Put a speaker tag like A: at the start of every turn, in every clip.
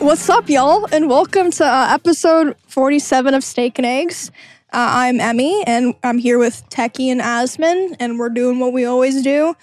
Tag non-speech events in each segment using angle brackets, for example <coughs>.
A: what's up, y'all? And welcome to uh, episode 47 of Steak and Eggs. Uh, I'm Emmy, and I'm here with Techie and Asman, and we're doing what we always do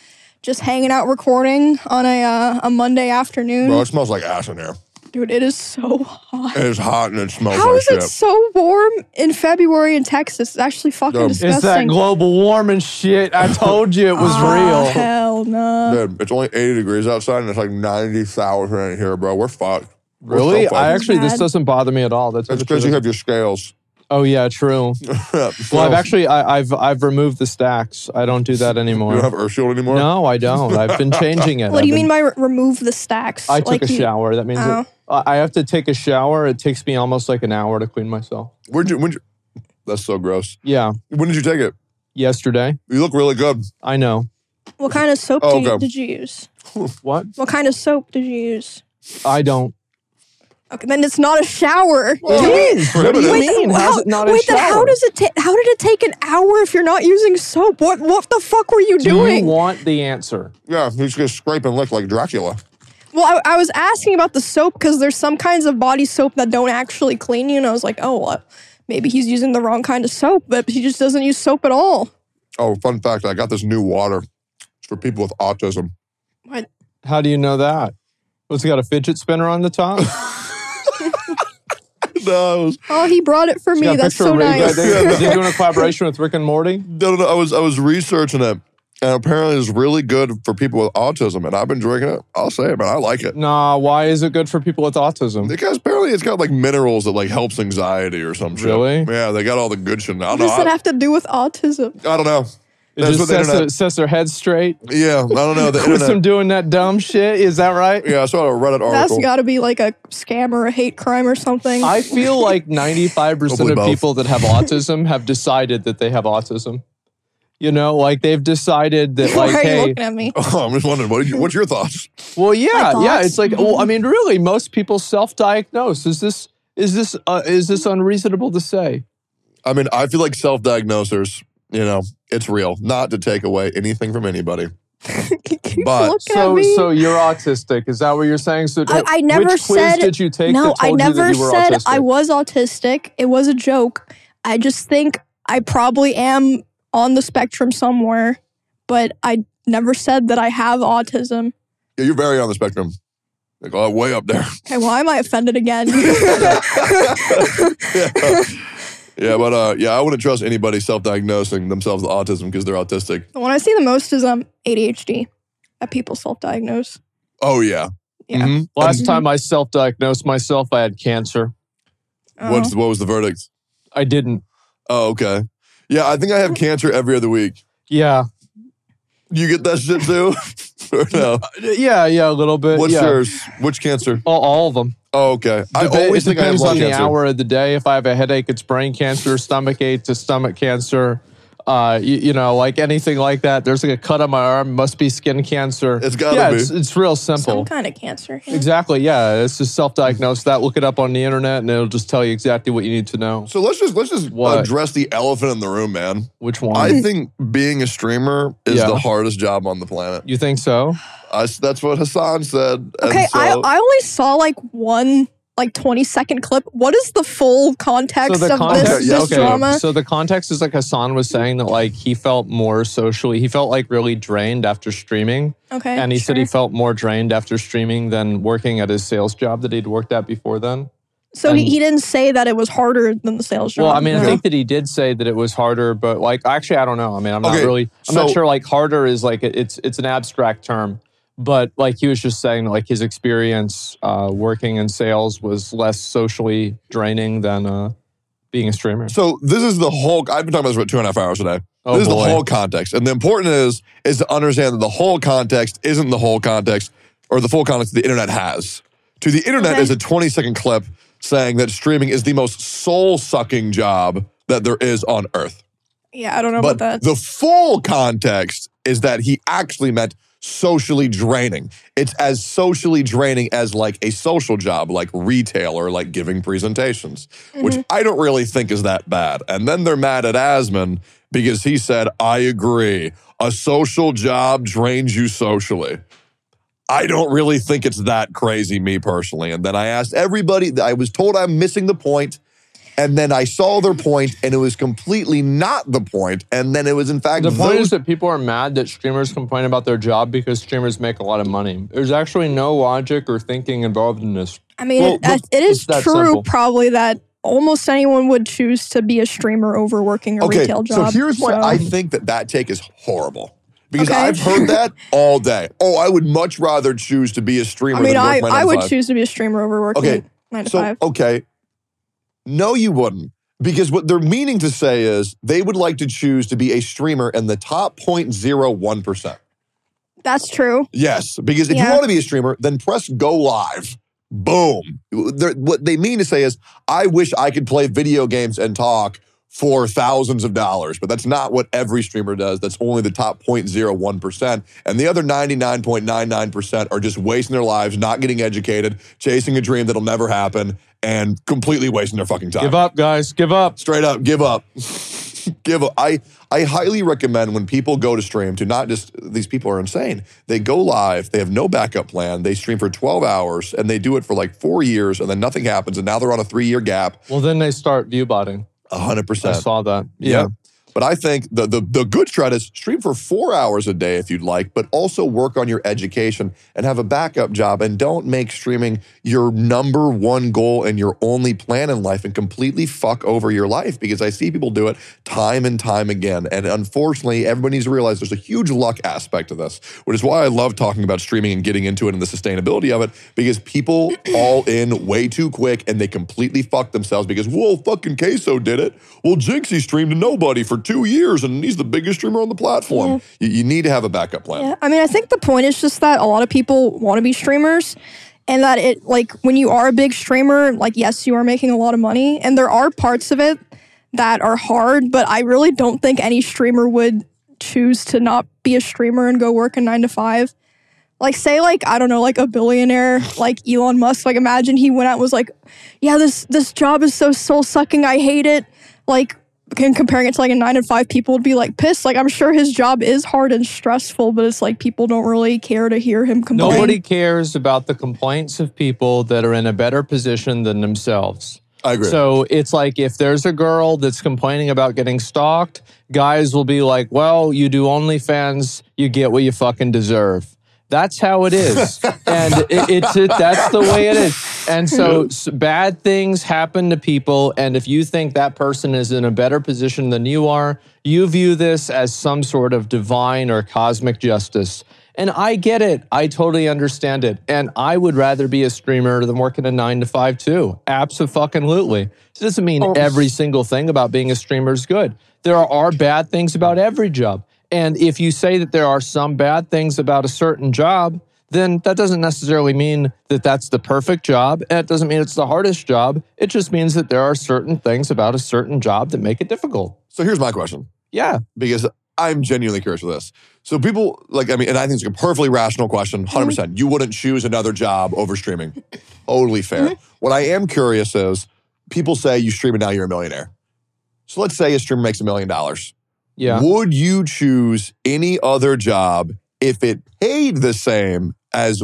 A: just hanging out recording on a, uh, a Monday afternoon.
B: Bro, it smells like ass in here.
A: Dude, it is so hot.
B: It is hot and it smells
A: How
B: like
A: is
B: shit.
A: it so warm in February in Texas? It's actually fucking
B: Dude. It's
A: disgusting.
C: It's that global warming shit. I told you it was
A: <laughs> Oh,
C: real.
A: Hell no.
B: Dude, it's only 80 degrees outside and it's like 90,000 in here, bro. We're fucked. We're so
C: Really?
B: fucked.
C: I actually this
A: Bad.
C: doesn't bother me at all. That's
B: It's because you have your scales. <laughs>
C: Oh yeah, true.
B: well,
C: Well,
B: <laughs>
C: I've actually I, I've I've removed the stacks. I don't do that
B: You
C: anymore.
B: don't have Earth Shield anymore?
C: no, I don't.
B: <laughs>
C: I've been changing it.
A: What do you
C: I've
A: mean
C: been-
A: by re- remove the stacks?
C: I took
A: Like
C: a
A: you-
C: shower. That means
A: Oh.
C: it, I I have to take a shower. It takes me almost like an hour to clean myself.
B: Where'd you, when'd you, that's so gross.
C: Yeah,
B: When did you take it?
C: yesterday.
B: You look really good.
C: I know.
A: What kind of soap
B: Oh,
A: do you-
B: okay.
A: did you use?
C: What?
A: What kind of soap did you use?
C: I don't.
A: Okay, then it's not a shower.
B: Well,
A: Dude,
B: is. What do you
A: wait,
C: mean?
A: how-
C: How's it not a
A: wait, then how
C: shower?
A: does it ta- how did it take an hour if you're not using soap? What what the fuck were you
C: Do
A: doing?
C: you want the answer?
B: Yeah, he's gonna scrape and lick like Dracula.
A: well, I, I was asking about the soap because there's some kinds of body soap that don't actually clean you, and I was like, oh, well, maybe he's using the wrong kind of soap, but he just doesn't use soap at all.
B: Oh, fun fact I got this new water. It's for people with autism. <laughs>
A: What?
C: How do you know that? What's it got a fidget spinner on
A: <laughs>
C: the top?
B: no, I was,
A: Oh, he brought it for
C: It's got
A: me.
C: a
A: That's
C: picture
A: so
C: of Ray-
A: nice.
C: They're, they're doing a collaboration with Rick and Morty.
B: no, no, no, I was I was researching it, and apparently it's really good for people with autism. And I've been drinking it. I'll say it, man, I like it.
C: Nah, why is it good for people with autism?
B: Because apparently it's got like minerals that like helps anxiety or some shit.
C: Really?
B: Yeah, they got all the good shit.
A: <laughs>
B: I
A: What
B: don't know.
A: does that
B: I,
A: have to do with autism?
B: I don't know.
C: It
B: That's
C: just
B: what the
C: sets, their,
B: internet.
C: sets their head straight.
B: Yeah, I don't know.
C: <laughs>
B: The
C: Quits them
B: internet.
C: doing that dumb shit. Is that right?
B: <laughs> Yeah, I saw a Reddit
A: That's
B: article.
A: got to be like a scam or a hate crime or something.
C: I feel like 95%
B: Hopefully
C: of
B: both.
C: people
B: <laughs>
C: that have autism have decided that they have autism. You know, like they've decided that,
A: Why
C: like,
A: are you
C: hey,
A: looking at me?
B: <laughs>
A: <laughs>
B: oh, I'm just wondering, what did you, what's your thoughts?
C: well, yeah,
A: My
C: yeah.
A: thoughts?
C: It's like, well, I mean, really, most people self-diagnose. Is this is this uh, is this unreasonable to say?
B: I mean, I feel like self-diagnosers. You know, it's real. Not to take away anything from anybody.
A: You keep
B: But-
A: looking at
C: So,
A: me.
C: so you're autistic. Is that what you're saying? So,
A: I- I never
C: which quiz
A: said-
C: did you take?
A: no,
C: that
A: I
C: told you that
A: never
C: you were
A: said
C: autistic?
A: I was autistic. It was a joke. I just think I probably am on the spectrum somewhere, but I never said that I have autism.
B: Yeah, you're very on the spectrum. Like oh, way up there. <laughs>
A: Okay, why am I offended again?
B: Yeah, but uh, yeah, I wouldn't trust anybody self-diagnosing themselves with autism because they're autistic.
A: the one I see the most is um ADHD that people self-diagnose.
B: Oh yeah.
A: Yeah.
B: Mhm.
C: Last
A: Mhm.
C: time I self diagnosed myself, I had cancer.
A: Oh.
B: What's what was the verdict?
C: I didn't.
B: Oh, okay. Yeah, I think I have cancer every other week.
C: Yeah.
B: You get that shit too? <laughs> or no?
C: Yeah, yeah, a little bit.
B: What's
C: Uh, yeah.
B: yours? Which cancer?
C: All, all of them.
B: Oh, okay. I
C: Dep-
B: always
C: it
B: think I have
C: depends
B: lung
C: on the
B: cancer.
C: hour of the day. If I have a headache, it's brain cancer, stomach ache to stomach cancer. Uh, you, you know, like anything like that. There's like a cut on my arm, must be skin cancer.
B: It's gotta
C: yeah,
B: be.
C: It's, it's real simple.
A: some kind of cancer? yeah.
C: Exactly. Yeah, it's just self-diagnosed. That look it up on the internet, and it'll just tell you exactly what you need to know.
B: So let's just let's just
C: What?
B: address the elephant in the room, man.
C: Which one?
B: I think being a streamer is
C: Yeah.
B: the hardest job on the planet.
C: you think so?
B: I s that's what Hassan said. and
A: Okay, I,
B: so-
A: I only saw like one like 20 second clip. What is the full context of this,
B: yeah,
A: this
B: okay.
A: drama?
C: So the context is like Hassan was saying that like he felt more socially, he felt like really drained after streaming,
A: Okay.
C: and he said he
A: sure.
C: felt more drained after streaming than working at his sales job that he'd worked at before then.
A: so he,
C: and-
A: he didn't say that it was harder than the sales job.
C: Well, I mean, I
A: no.
C: think that he did say that it was harder, but like actually, I don't know. I mean, I'm
B: Okay,
C: not really, I'm not
B: so-
C: sure. Like harder is like it- it's it's an abstract term, but like he was just saying, like his experience uh, working in sales was less socially draining than uh, being a streamer.
B: so this is the whole I've been talking about this for two and a half hours today.
C: Oh,
B: this is
C: boy.
B: the whole context. And the important is is to understand that the whole context isn't the whole context or the full context the internet has. To the internet
A: Okay.
B: is a 20 second clip saying that streaming is the most soul sucking job that there is on earth.
A: yeah, I don't know
B: But
A: about that.
B: the full context is that he actually meant socially draining. It's as socially draining as like a social job, like retail or like giving presentations,
A: Mm-hmm.
B: which I don't really think is that bad. And then they're mad at Asman because he said, I agree, a social job drains you socially. I don't really think it's that crazy, me personally. And then I asked everybody, I was told I'm missing the point, And then I saw their point, and it was completely not the point. And then it was, in fact,
C: The point
B: those-
C: is that people are mad that streamers complain about their job because streamers make a lot of money. There's actually no logic or thinking involved in this.
A: I mean,
C: Well,
A: it, that- it is
C: it's that
A: true
C: simple.
A: probably that almost anyone would choose to be a streamer over working a
B: okay.
A: retail job.
B: so here's why
A: so-
B: I think that that take is horrible. Because
A: Okay.
B: I've heard that all day. Oh, I would much rather choose to be a streamer
A: I mean,
B: than work
A: I,
B: my
A: I
B: nine to
A: would
B: five.
A: choose to be a streamer over working
B: Okay,
A: nine to
B: So,
A: five.
B: okay. No, you wouldn't. Because what they're meaning to say is they would like to choose to be a streamer in the top 0.01%.
A: That's true.
B: Yes, because if you
A: Yeah.
B: want to be a streamer, then press go live. Boom. They're- what they mean to say is, I wish I could play video games and talk for thousands of dollars, but that's not what every streamer does. That's only the top 0.01%. And the other 99.99% are just wasting their lives, not getting educated, chasing a dream that'll never happen, and completely wasting their fucking time
C: Give up, guys. Give up.
B: straight up give up <laughs> give up i i highly recommend when people go to stream to not just these people are insane they go live they have no backup plan they stream for 12 hours and they do it for like four years and then nothing happens and now they're on a three year gap
C: Well, then they start view botting. I
B: 100%
C: saw that.
B: yeah.
C: Yeah.
B: But I think the, the the good strat is stream for four hours a day if you'd like, but also work on your education and have a backup job and don't make streaming your number one goal and your only plan in life and completely fuck over your life because I see people do it time and time again. And unfortunately, everybody needs to realize there's a huge luck aspect to this, which is why I love talking about streaming and getting into it and the sustainability of it because people all in way too quick and they completely fuck themselves because, whoa, fucking Queso did it. Well, Jinxie streamed to nobody for two years and he's the biggest streamer on the platform. You, you need to have a backup plan.
A: Yeah. I mean, I think the point is just that a lot of people want to be streamers and that it, like, when you are a big streamer, like, yes, you are making a lot of money. And there are parts of it that are hard, but I really don't think any streamer would choose to not be a streamer and go work a nine to five. Like, say, like, I don't know, like a billionaire, like Elon Musk. Like, imagine he went out and was like, yeah, this, this job is so soul sucking. I hate it. Like, and comparing it to like a nine and five, people would be like pissed. Like I'm sure his job is hard and stressful, but it's like people don't really care to hear him complain.
C: Nobody cares about the complaints of people that are in a better position than themselves.
B: I agree.
C: So it's like if there's a girl that's complaining about getting stalked, guys will be like, well, you do OnlyFans, you get what you fucking deserve. That's how it is. and it, it's it, that's the way it is. And so s- bad things happen to people. And if you think that person is in a better position than you are, you view this as some sort of divine or cosmic justice. And I get it. I totally understand it. And I would rather be a streamer than working a nine to five too. Absolutely. It doesn't mean every single thing about being a streamer is good. There are bad things about every job. And if you say that there are some bad things about a certain job, then that doesn't necessarily mean that that's the perfect job. And it doesn't mean it's the hardest job. It just means that there are certain things about a certain job that make it difficult.
B: so here's my question.
C: Yeah.
B: because I'm genuinely curious with this. So people like I mean, and I think it's a perfectly rational question, 100. percent You wouldn't choose another job over streaming. totally fair. What I am curious is people say you stream and now you're a millionaire. So let's say a streamer makes a million dollars.
C: Yeah.
B: Would you choose any other job if it paid the same as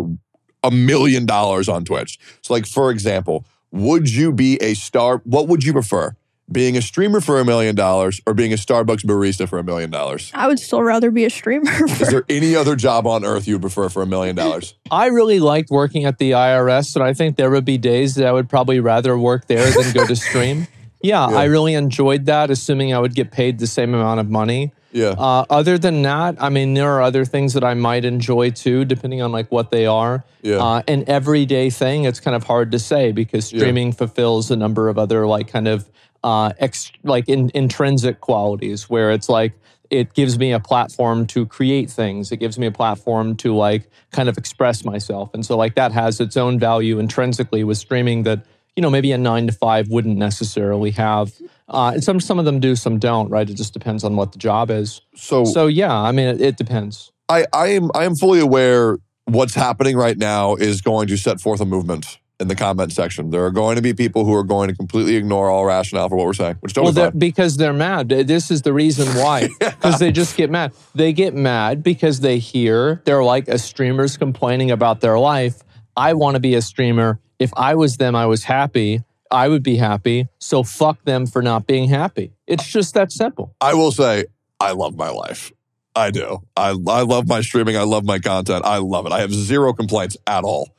B: a million dollars on Twitch? So, like for example, would you be a star? What would you prefer? Being a streamer for a million dollars or being a Starbucks barista for a million dollars?
A: I would still rather be a streamer. <laughs>
B: Is there any other job on earth you would prefer for a million
C: <laughs>
B: dollars?
C: I really liked working at the IRS, and I think there would be days that I would probably rather work there than go to stream. Yeah, I really enjoyed that, assuming I would get paid the same amount of money.
B: Yeah.
C: Uh, other than that, I mean, there are other things that I might enjoy too, depending on like what they are.
B: Yeah.
C: Uh, an everyday thing, it's kind of hard to say because streaming fulfills a number of other like kind of uh, ex- like in- intrinsic qualities where it's like it gives me a platform to create things. It gives me a platform to like kind of express myself, and so like that has its own value intrinsically with streaming that you know maybe a nine to five wouldn't necessarily have. Uh, and some some of them do, some don't, right? It just depends on what the job is.
B: So,
C: So yeah, I mean, it, it depends.
B: I, I am I am fully aware what's happening right now is going to set forth a movement in the comment section. There are going to be people who are going to completely ignore all rationale for what we're saying, which
C: Well,
B: totally
C: they're,
B: fine.
C: because they're mad. This is the reason why. Because they just get mad. They get mad because they hear they're like a streamer's complaining about their life. I want to be a streamer. If I was them, I was happy. I would be happy. So fuck them for not being happy. It's just that simple.
B: <laughs> I will say, I love my life. I do. I, I love my streaming. I love my content. I love it. I have zero complaints at all.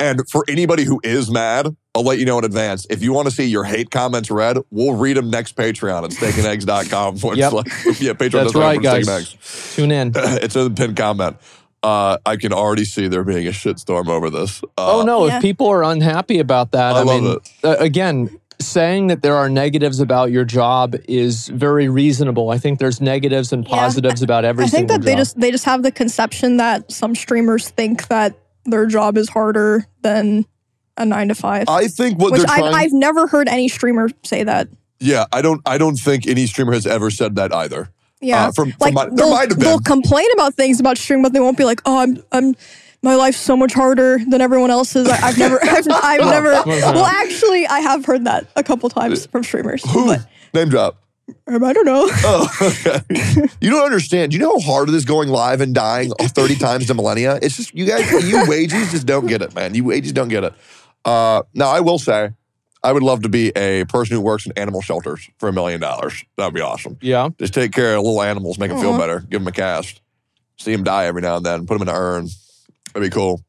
B: And for anybody who is mad, I'll let you know in advance. If you want to see your hate comments read, we'll read them next Patreon
C: <laughs>
B: at steakandeggs.com. Which
C: Yep.
B: like, yeah, Patreon
C: That's
B: doesn't
C: right,
B: offer Steak and
C: guys.
B: Eggs.
C: Tune in.
B: <laughs> it's in the pinned comment. Uh, I can already see there being a shitstorm over this. Uh,
C: oh no!
A: Yeah.
C: If people are unhappy about that,
B: I
C: I,
B: love
C: mean,
B: it.
C: uh, again, saying that there are negatives about your job is very reasonable. I think there's negatives and
A: Yeah.
C: positives about every.
A: I think
C: single
A: that they
C: job.
A: just they just have the conception that some streamers think that their job is harder than a nine to five.
B: I think what
A: which
B: they're
A: I've,
B: trying.
A: I've never heard any streamer say that.
B: yeah, I don't. I don't think any streamer has ever said that either.
A: Yeah,
B: Uh, from, from
A: like
B: my, there
A: they'll,
B: might have
A: they'll
B: been.
A: complain about things about stream, but they won't be like, "Oh, I'm I'm my life's so much harder than everyone else's." I, I've never, <laughs> I've, I've
B: Oh.
A: never. Well, actually, I have heard that a couple times from streamers.
B: Who?
A: But
B: Name drop.
A: um, I don't know. <laughs>
B: Oh, <laughs> okay. you don't understand. You know how hard it is going live and dying 30 times to millennia? It's just, you guys, you wages just don't get it, man. You wages don't get it. Uh, now, I will say, I would love to be a person who works in animal shelters for a million dollars. That would be awesome.
C: yeah.
B: Just take care of little animals, make them feel
A: Aw.
B: better, give them a cast, see them die every now and then, put them in an urn. That'd be cool.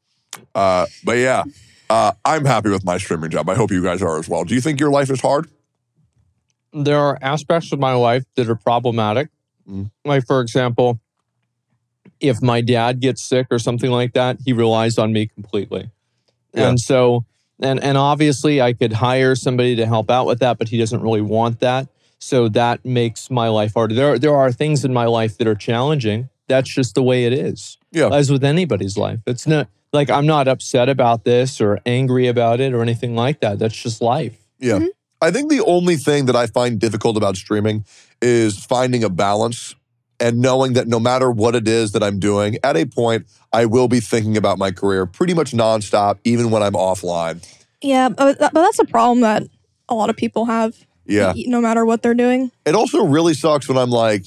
B: Uh, but yeah, uh, I'm happy with my streaming job. I hope you guys are as well. Do you think your life is hard?
C: there are aspects of my life that are problematic.
B: Mm.
C: Like, for example, if my dad gets sick or something like that, he relies on me completely.
B: Yeah.
C: And so, and, and obviously, I could hire somebody to help out with that, but he doesn't really want that. So that makes my life harder. There, there are things in my life that are challenging. That's just the way it is.
B: Yeah.
C: As with anybody's life, it's not like I'm not upset about this or angry about it or anything like that. That's just life.
B: Yeah.
A: Mhm.
B: I think the only thing that I find difficult about streaming is finding a balance and knowing that no matter what it is that I'm doing, at a point, I will be thinking about my career pretty much nonstop, even when I'm offline.
A: yeah, but, that, but that's a problem that a lot of people have. e,
B: Yeah.
A: no matter what they're doing.
B: It also really sucks when I'm like,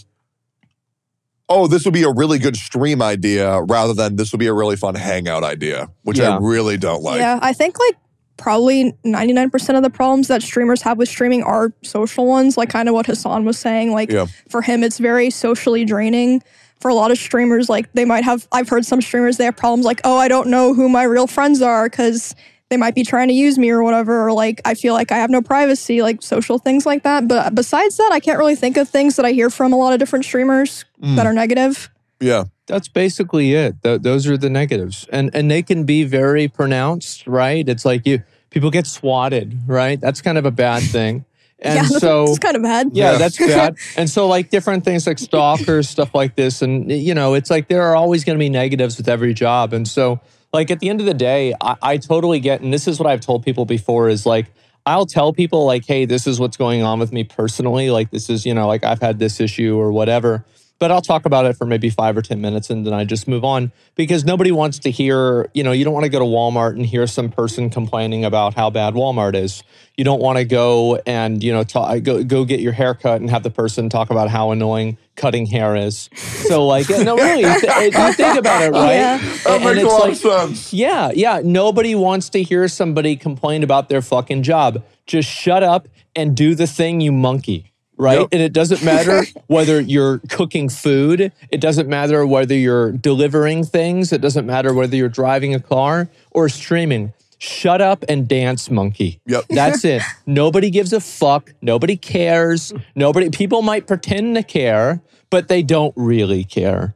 B: oh, this would be a really good stream idea rather than this would be a really fun hangout idea, which I
C: Yeah.
B: really don't like.
A: yeah, I think like probably 99% of the problems that streamers have with streaming are social ones, like kind of what Hassan was saying. Like
B: Yeah.
A: for him, it's very socially draining. For a lot of streamers, like they might have, I've heard some streamers, they have problems like, oh, I don't know who my real friends are because they might be trying to use me or whatever, or like I feel like I have no privacy, like social things like that. But besides that, I can't really think of things that I hear from a lot of different streamers
C: Hmm.
B: Mm.
A: that are negative.
B: Yeah.
C: that's basically it. Th- those are the negatives, and and they can be very pronounced, right? It's like you people get swatted, right? That's kind of a bad thing, and
A: <laughs> yeah, <laughs> that's,
C: so
A: it's kind of bad.
C: yeah,
B: Yeah.
C: that's bad. and so like different things like stalkers, stuff like this, and you know, it's like there are always going to be negatives with every job, and so like at the end of the day, I, I totally get, and this is what I've told people before is like. I'll tell people like, "Hey, this is what's going on with me personally. Like, this is you know, like I've had this issue or whatever." but I'll talk about it for maybe five or 10 minutes and then I just move on because nobody wants to hear, you know, you don't want to go to Walmart and hear some person complaining about how bad Walmart is. You don't want to go and, you know, ta- go, go get your hair cut and have the person talk about how annoying cutting hair is. So, like, no, really, th- you think about it, right?
A: Yeah.
B: That
C: And- and
B: makes a
C: it's
B: lot
C: like-
B: of sense.
C: yeah, yeah. Nobody wants to hear somebody complain about their fucking job. Just shut up and do the thing, you monkey. Right.
B: Yep.
C: And it doesn't matter whether you're cooking food. It doesn't matter whether you're delivering things. It doesn't matter whether you're driving a car or streaming. Shut up and dance, monkey.
B: Yep.
A: <laughs>
C: That's it. Nobody gives a fuck. Nobody cares. Nobody, people might pretend to care, but they don't really care.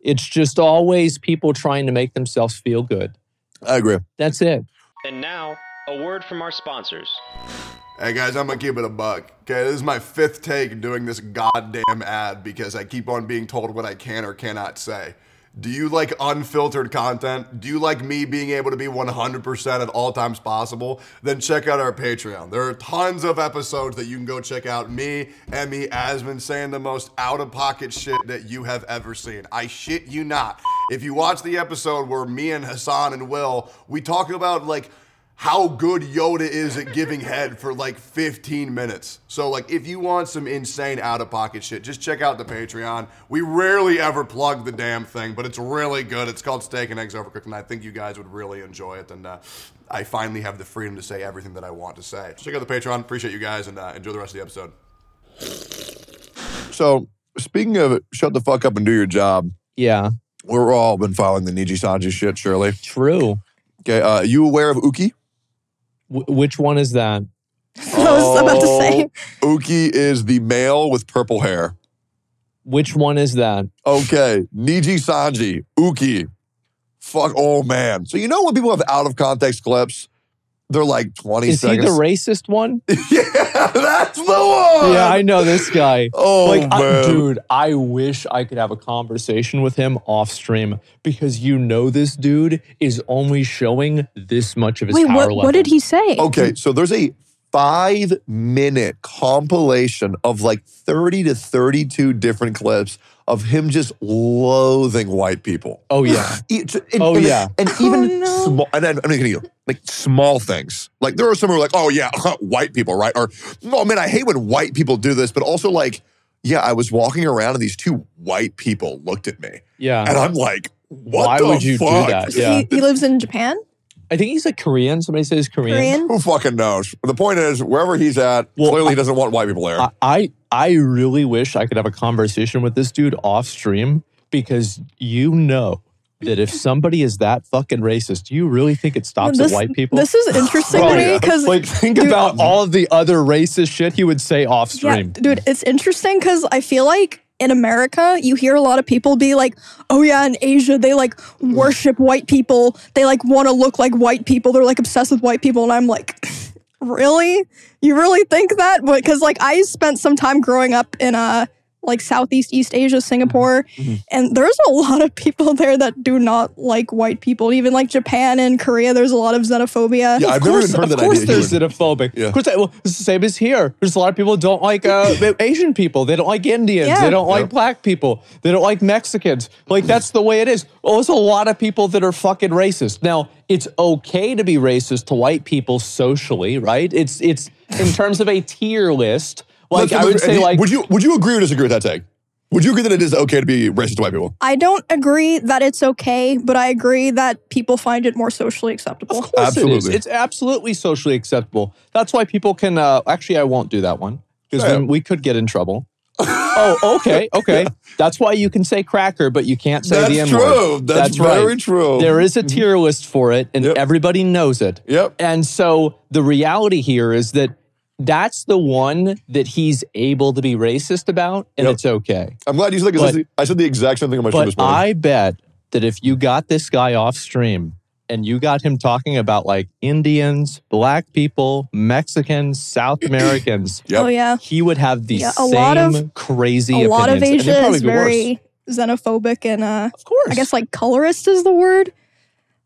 C: It's just always people trying to make themselves feel good.
B: I agree.
C: That's it.
D: And now, a word from our sponsors.
E: Hey guys, I'm gonna keep it a buck. Okay, this is my fifth take doing this goddamn ad because I keep on being told what I can or cannot say. Do you like unfiltered content? Do you like me being able to be 100% at all times possible? Then check out our Patreon. There are tons of episodes that you can go check out. Me, Emmy, Asmund saying the most out of pocket shit that you have ever seen. I shit you not. If you watch the episode where me and Hassan and Will, we talk about like, how good Yoda is at giving head for like 15 minutes. So like if you want some insane out of pocket shit, just check out the Patreon. We rarely ever plug the damn thing, but it's really good. It's called Steak and Eggs Overcooked, and I think you guys would really enjoy it. And uh, I finally have the freedom to say everything that I want to say. Check out the Patreon. Appreciate you guys, and uh, enjoy the rest of the episode.
B: So speaking of shut the fuck up and do your job,
C: Yeah.
B: we're all been following the Niji Sanji shit, surely.
C: True.
B: Okay, uh, you aware of Uki?
C: Wh- which one is that?
A: I was about to
C: Oh.
A: say.
B: Uki is the male with purple hair.
C: Which one is that?
B: Okay, Niji Sanji, Uki, fuck old man. So you know when people have out of context clips, they're like twenty
C: Is he
B: seconds.
C: the
B: <laughs>
C: racist one?
B: yeah, that's the one.
C: yeah, I know this guy.
B: oh
C: like, I-
B: man,
C: dude, I wish I could have a conversation with him off stream because you know this dude is only showing this much of his
A: Wait,
C: power
A: what?
C: level.
A: What did he say?
B: Okay, so there's a five minute compilation of like 30 to 32 different clips of him just loathing white people.
C: Oh yeah,
B: E- t- and-
C: Oh,
B: and-
C: yeah.
B: and even
A: Oh, no.
B: small, and I'm gonna you like small things. Like there are some who are like, oh yeah, <laughs> white people, right? Or oh man, I hate when white people do this, but also like, yeah, I was walking around and these two white people looked at me,
C: yeah.
B: and I'm like, what
C: Uh-huh. Why
B: the
C: would you do
B: fuck?
C: that?
A: He-
C: Yeah.
A: He, lives in Japan.
C: I think he's like Korean. Somebody says Korean.
A: Korean.
B: <laughs> Who fucking knows? The point is, wherever he's at,
C: Well,
B: clearly he doesn't want white people there.
C: I, I I really wish I could have a conversation with this dude off stream because you know that if somebody is that fucking racist, do you really think it stops
A: this,
C: at white people?
A: This is interesting
C: Bro,
A: to me because
C: like think about all of the other racist shit he would say off
A: Yeah,
C: stream.
A: dude, it's interesting because I feel like in America, you hear a lot of people be like, oh, yeah, in Asia, they like worship white people. They like want to look like white people. They're like obsessed with white people. And I'm like, <laughs> really? You really think that? Because like I spent some time growing up in uh, like Southeast East Asia, Singapore,
C: Mm-hmm.
A: and there's a <laughs> lot of people there that do not like white people. Even like Japan and Korea, there's a lot of xenophobia.
B: yeah, I've never even heard
C: of
B: that
C: course,
B: idea.
C: there's
B: Hugh.
C: xenophobic.
B: Yeah.
C: Of course, I- well, it's the same as here. There's a lot of people who don't like uh, Asian people. They don't like Indians.
A: Yeah.
C: They don't like
B: Yeah.
C: black people. They don't like Mexicans. Like that's the way it is. Well, there's a lot of people that are fucking racist. Now it's okay to be racist to white people socially, right? It's it's in terms of a tier list.
B: Let's-
C: Like I would
B: let's-
C: say, like
B: would you would you agree or disagree with that take? Would you agree that it is okay to be racist to white people?
A: I don't agree that it's okay, but I agree that people find it more socially acceptable.
C: Of course It is.
B: Absolutely.
C: It's absolutely socially acceptable. That's why people can. Uh, actually, I won't do that one because
B: Yeah.
C: we could get
B: <laughs>
C: in trouble. oh, okay, okay. That's why you can say cracker, but you can't say the N word.
B: That's,
C: right.
B: very true.
C: There is a tier list for it, and
B: Yep.
C: everybody knows it.
B: Yep.
C: And so the reality here is that that's the one that he's able to be racist about, and
B: Yep.
C: it's okay.
B: I'm glad you said
C: But-
B: because I said the exact same thing on my show
C: But
B: this morning.
C: I bet that if you got this guy off stream and you got him talking about like Indians, black people, Mexicans,
A: <coughs>
C: South Americans,
B: Yep.
A: Oh yeah,
C: he would have the
A: Yeah, a
C: same
A: lot of-
C: crazy
A: a lot of
C: opinions, and they'd
A: Asia
C: probably
A: is
C: be worse.
A: very xenophobic and uh,
C: Of course.
A: I guess like colorist is the word.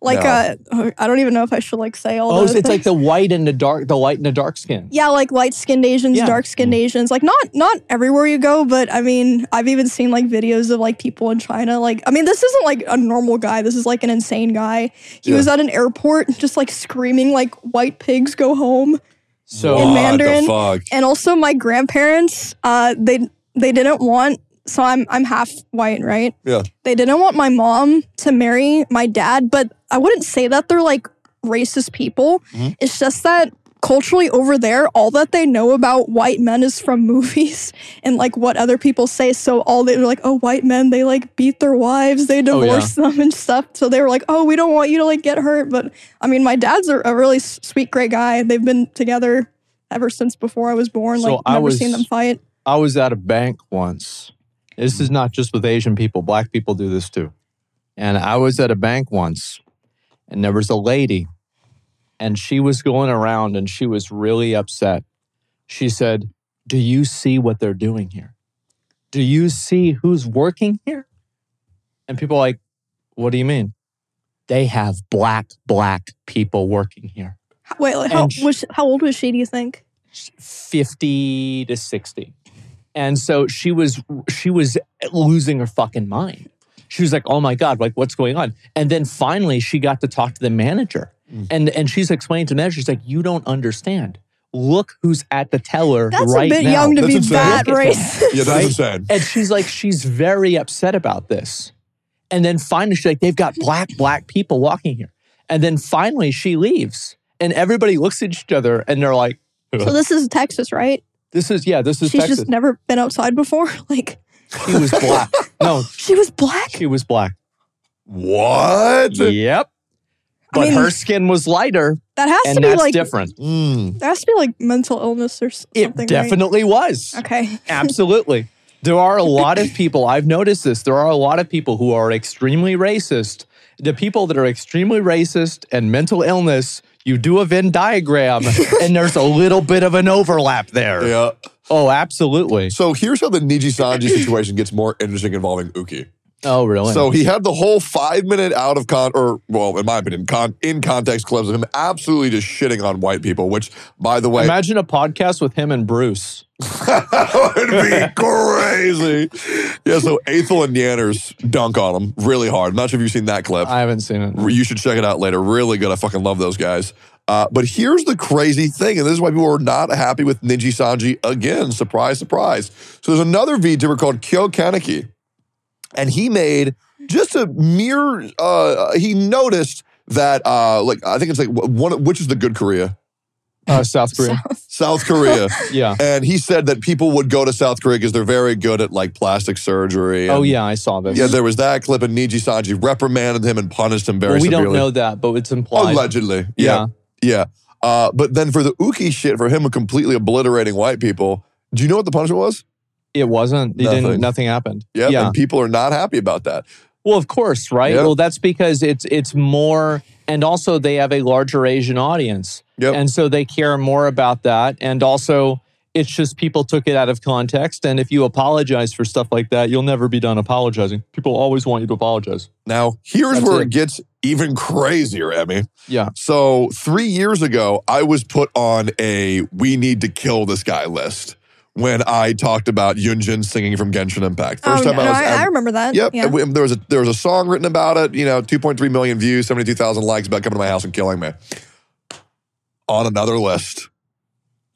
A: Like
B: No.
A: uh, oh, I don't even know if I should like say all.
C: Oh,
A: those
C: so it's like
A: things.
C: the white and the dark, the light and the dark skin.
A: yeah, like light skinned Asians,
C: Yeah.
A: dark skinned Asians. Like not not everywhere you go, but I mean, I've even seen like videos of like people in China. Like I mean, this isn't like a normal guy. This is like an insane guy. He
B: Yeah.
A: was at an airport <laughs> just like screaming like white pigs go home.
C: So
A: in
B: What
A: Mandarin.
B: The fuck?
A: and also my grandparents uh they they didn't want so i'm i'm half white right
B: Yeah.
A: they didn't want my mom to marry my dad but i wouldn't say that they're like racist people
B: Mhm.
A: it's just that culturally over there all that they know about white men is from <laughs> movies and like what other people say so all they're like oh white men they like beat their wives they
C: yeah.
A: divorce them and stuff so they were like oh we don't want you to like get hurt but i mean my dad's a, a really s- sweet great guy they've been together ever since before I was born.
C: So
A: like
C: I
A: never
C: was-
A: seen them fight.
C: I was at a bank once. This is not just with Asian people, black people do this too. And I was at a bank once, and there was a lady, and she was going around and she was really upset. She said, Do you see what they're doing here? Do you see who's working here? And people are like, What do you mean? They have black, black people working here
A: H- Wait, like, how
C: And sh-
A: was how old was she? Do you think?
C: 50 to 60 and so she was she was losing her fucking mind she was like oh my god like what's going on and then finally she got to talk to the manager And and she's explaining to them, she's like, you don't understand. Look who's at the teller
A: That's
C: right
A: a bit
C: now.
A: young to
B: That's
A: be
B: insane.
A: that
C: Look at <laughs>
A: racist.
B: Yeah, that's
C: Right?
B: insane.
C: <laughs> And she's like, she's very upset about this. And then finally, she's like, they've got black, black people walking here. And then finally, she leaves. And everybody looks at each other and they're like,
A: <laughs> So this is Texas, right?
C: this is, yeah, this is
A: She's
C: Texas.
A: just never been outside before. <laughs> Like
C: she was black. No,
A: she was black.
C: she was
B: <laughs>
C: black.
B: What?
C: Yep. But
A: mean-
C: her skin was lighter
A: That has to
C: and
A: be
C: that's
A: like
C: different.
B: Mm.
A: that has to be like mental illness or s-
C: It
A: something. right?
C: definitely was. <laughs>
A: Okay. <laughs>
C: Absolutely. There are a lot of people, I've noticed this, there are a lot of people who are extremely racist. The people that are extremely racist and mental illness, you do a
A: <laughs>
C: Venn diagram and there's a little bit of an overlap there.
B: Yeah.
C: Oh, absolutely.
B: So here's how the Niji Sanji situation gets more interesting involving Uki.
C: Oh, really?
B: So he had the whole five minute out of con, or well, in my opinion, con in context clips of him absolutely just shitting on white people, which, by the way,
C: imagine a podcast with him and Bruce.
B: <laughs> that would be crazy. Yeah, so Athel and Yanners dunk on him really hard. I'm not sure if you've seen that clip.
C: I haven't seen it.
B: You should check it out later. Really good. I fucking love those guys. Uh, but here's the crazy thing, and this is why people are not happy with Ninji Sanji again. Surprise, surprise. So there's another VTuber called Kyo Kaneki, and he made just a mere. Uh, he noticed that, uh, like, I think it's like one. Which is the good Korea,
C: Uh, South
A: <laughs>
C: <laughs> Korea.
A: um,
B: South
C: <laughs>
B: Korea.
C: yeah.
B: And he said that people would go to South Korea because they're very good at like plastic surgery.
C: Oh,
B: and-
C: yeah, I saw this.
B: Yeah, there was that clip, and Niji Sanji reprimanded him and punished him very
C: well, we
B: severely.
C: don't know that, but it's implied.
B: Allegedly. Yeah. Yeah. Uh, but then for the Uki shit, for him completely obliterating white people, do you know what the punishment was?
C: It wasn't. He
B: Nothing.
C: didn't, nothing happened.
B: Yep,
C: Yeah.
B: And people are not happy about that.
C: Well, of course, right?
B: Yeah.
C: Well, that's because it's it's more, and also they have a larger Asian audience,
B: Yep.
C: and so they care more about that. And also, it's just people took it out of context. And if you apologize for stuff like that, you'll never be done apologizing. People always want you to
B: Oh.
C: apologize.
B: now, here's
C: That's
B: where
C: it.
B: it gets even crazier, Emmy.
C: Yeah.
B: So three years ago, I was put on a "we need to kill this guy" list when I talked about Yunjin singing from Genshin Impact.
A: Oh,
B: First
A: no,
B: time I
A: no,
B: was.
A: I,
B: ever-
A: I remember <laughs> that.
B: Yep,
A: Yeah.
B: and we- there was a there was a song written about it. You know, 2.3 million views, 72,000 likes about coming to my house and killing me. On another list,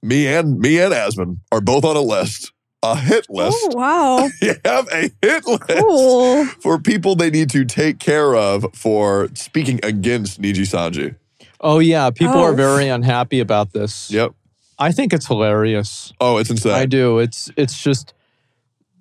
B: me and me and Asmund are both on a list, a hit
A: Oh
B: list.
A: wow.
B: <laughs> You have a hit list
A: Cool.
B: for people they need to take care of for speaking against Niji Sanji.
C: Oh yeah, people
A: Oh.
C: are very unhappy about this.
B: Yep.
C: I think it's hilarious.
B: Oh, it's insane.
C: I do. It's it's just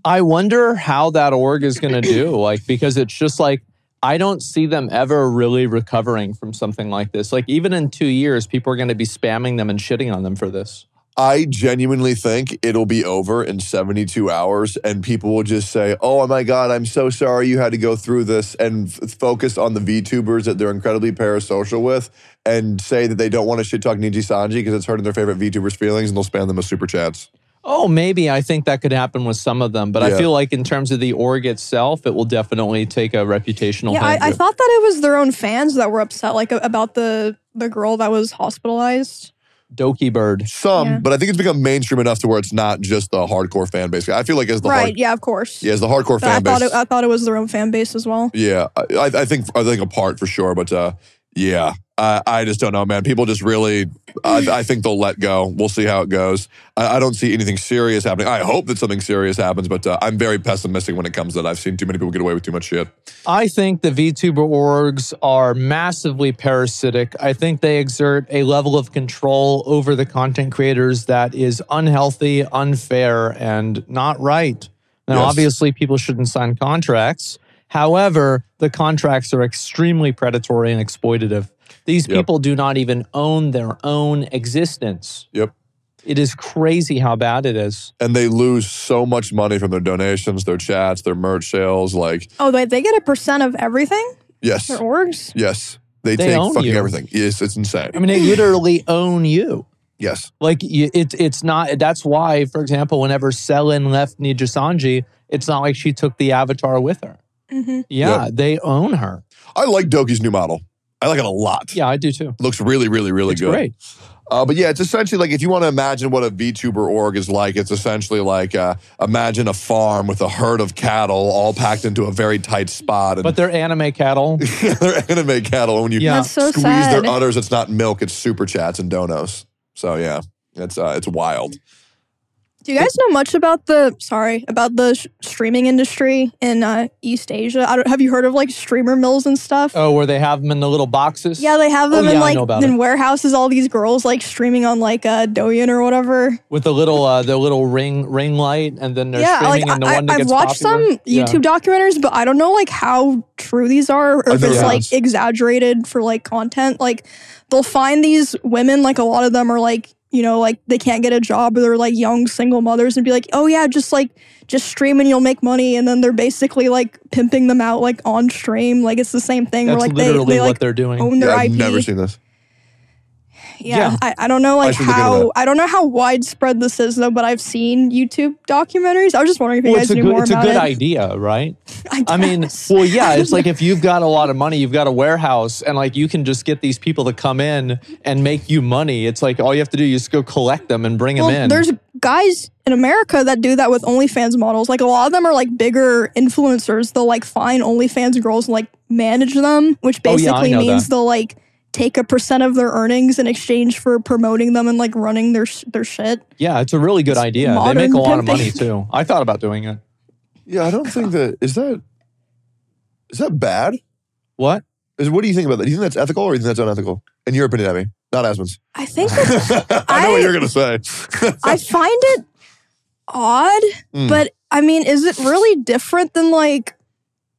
C: I wonder how that org is going to do like because it's just like I don't see them ever really recovering from something like this. Like even in 2 years people are going to be spamming them and shitting on them for this.
B: I genuinely think it'll be over in 72 hours and people will just say, Oh my God, I'm so sorry you had to go through this and f- focus on the VTubers that they're incredibly parasocial with and say that they don't want to shit talk Niji Sanji because it's hurting their favorite VTubers' feelings and they'll spam them as super chats.
C: Oh, maybe I think that could happen with some of them, but
B: Yeah.
C: I feel like in terms of the org itself, it will definitely take a reputational
A: Yeah,
C: hit.
A: I, I thought that it was their own fans that were upset, like a- about the the girl that was hospitalized.
C: Doki Bird.
B: Some,
A: Yeah.
B: but I think it's become mainstream enough to where it's not just the hardcore fan base. I feel like as the
A: right?
B: hard,
A: yeah, of course.
B: yeah, as the hardcore
A: But I
B: fan
A: thought
B: base.
A: it, I thought it was their own fan base as well.
B: Yeah, I, I I think I think apart for sure, but uh, yeah, I, I just don't know, man. People just really, I, I think they'll let go. We'll see how it goes. I, I don't see anything serious happening. I hope that something serious happens, but uh, I'm very pessimistic when it comes to that. I've seen too many people get away with too much shit.
C: I think the VTuber orgs are massively parasitic. I think they exert a level of control over the content creators that is unhealthy, unfair, and not right. Now,
B: Yes.
C: obviously, people shouldn't sign contracts. However, the contracts are extremely predatory and exploitative. These
B: Yep.
C: people do not even own their own existence.
B: Yep.
C: It is crazy how bad it is.
B: And they lose so much money from their donations, their chats, their merch sales. Like,
A: Oh, they they get a percent of everything.
B: yes,
A: Their orgs.
B: yes, they,
C: They
B: take
C: own
B: fucking
C: you.
B: everything. Yes, it's insane.
C: I mean, they literally own you.
B: Yes,
C: Like you, it's it's not. That's why, for example, whenever Selin left Nijisanji, it's not like she took the avatar with her.
A: hmm
C: Yeah, they own her.
B: I like Doki's new model. I like it a lot.
C: Yeah, I do too.
B: Looks really, really, really
C: It's
B: good.
C: great.
B: Uh, but yeah, it's essentially like if you want to imagine what a VTuber org is like, it's essentially like uh, imagine a farm with a herd of cattle all packed into a very tight spot. And
C: But they're anime cattle.
B: <laughs> they're anime cattle. And when you
C: Yeah.
A: That's so
B: squeeze
A: sad.
B: their udders, it's not milk, it's super chats and donos. So yeah, it's uh, it's wild.
A: Do you guys know much about the sorry about the sh- streaming industry in uh, East Asia? I don't, have you heard of like streamer mills and stuff?
C: Oh, where they have them in the little boxes.
A: yeah, they have
C: Oh,
A: them
C: yeah, I
A: in
C: know
A: like
C: about
A: in
C: it.
A: warehouses. All these girls like streaming on like uh, Douyin or whatever.
C: with the little uh, the little ring ring light, and then they're
A: yeah, like
C: streaming, and the
A: I,
C: one that
A: I, have
C: gets
A: watched
C: popular.
A: some
C: Yeah.
A: YouTube documentaries, but I don't know like how true these are or
B: I
A: if
B: know
A: it's
B: that.
A: like exaggerated for like content. Like they'll find these women, like a lot of them are like you know like they can't get a job or they're like young single mothers and be like, oh yeah, just like just stream and you'll make money, and then they're basically like pimping them out like on stream. Like it's the same thing
C: That's
A: where like they,
C: literally
A: they
C: what
A: like Oh,
C: they're doing.
A: own their
B: yeah, I've
A: IP.
B: never seen this.
A: Yeah,
C: Yeah.
A: I, I don't know like
B: should look into that.
A: how I don't know how widespread this is though, but I've seen YouTube documentaries. I was just wondering if you
C: Well,
A: guys
C: it's a
A: knew
C: good,
A: more
C: it's a
A: about
C: good
A: it.
C: idea, right?
A: <laughs> I,
C: I mean,
A: guess.
C: well, yeah, it's like if you've got a lot of money, you've got a warehouse, and like you can just get these people to come in and make you money. It's like all you have to do is just go collect them and bring
A: well,
C: them in.
A: there's guys in America that do that with OnlyFans models. Like a lot of them are like bigger influencers. They'll like find OnlyFans girls and like manage them, which
C: Oh, yeah, I
A: basically
C: know
A: means
C: that.
A: they'll like take a percent of their earnings in exchange for promoting them and like running their sh- their shit.
C: yeah, it's a really good idea. They make
A: modern
C: a lot of
A: pimping.
C: money too. I thought about doing it.
B: Yeah, I don't think that is that is that bad.
C: What?
B: Is what do you think about that? Do you think that's ethical or do you think that's unethical? In your opinion, Abby, not Asmund's.
A: I
C: <laughs>
A: think it's,
B: <laughs> I, know
A: I-
B: what you're gonna say.
A: I
B: <laughs>
A: find it odd,
B: Mm.
A: but I mean, is it really different than like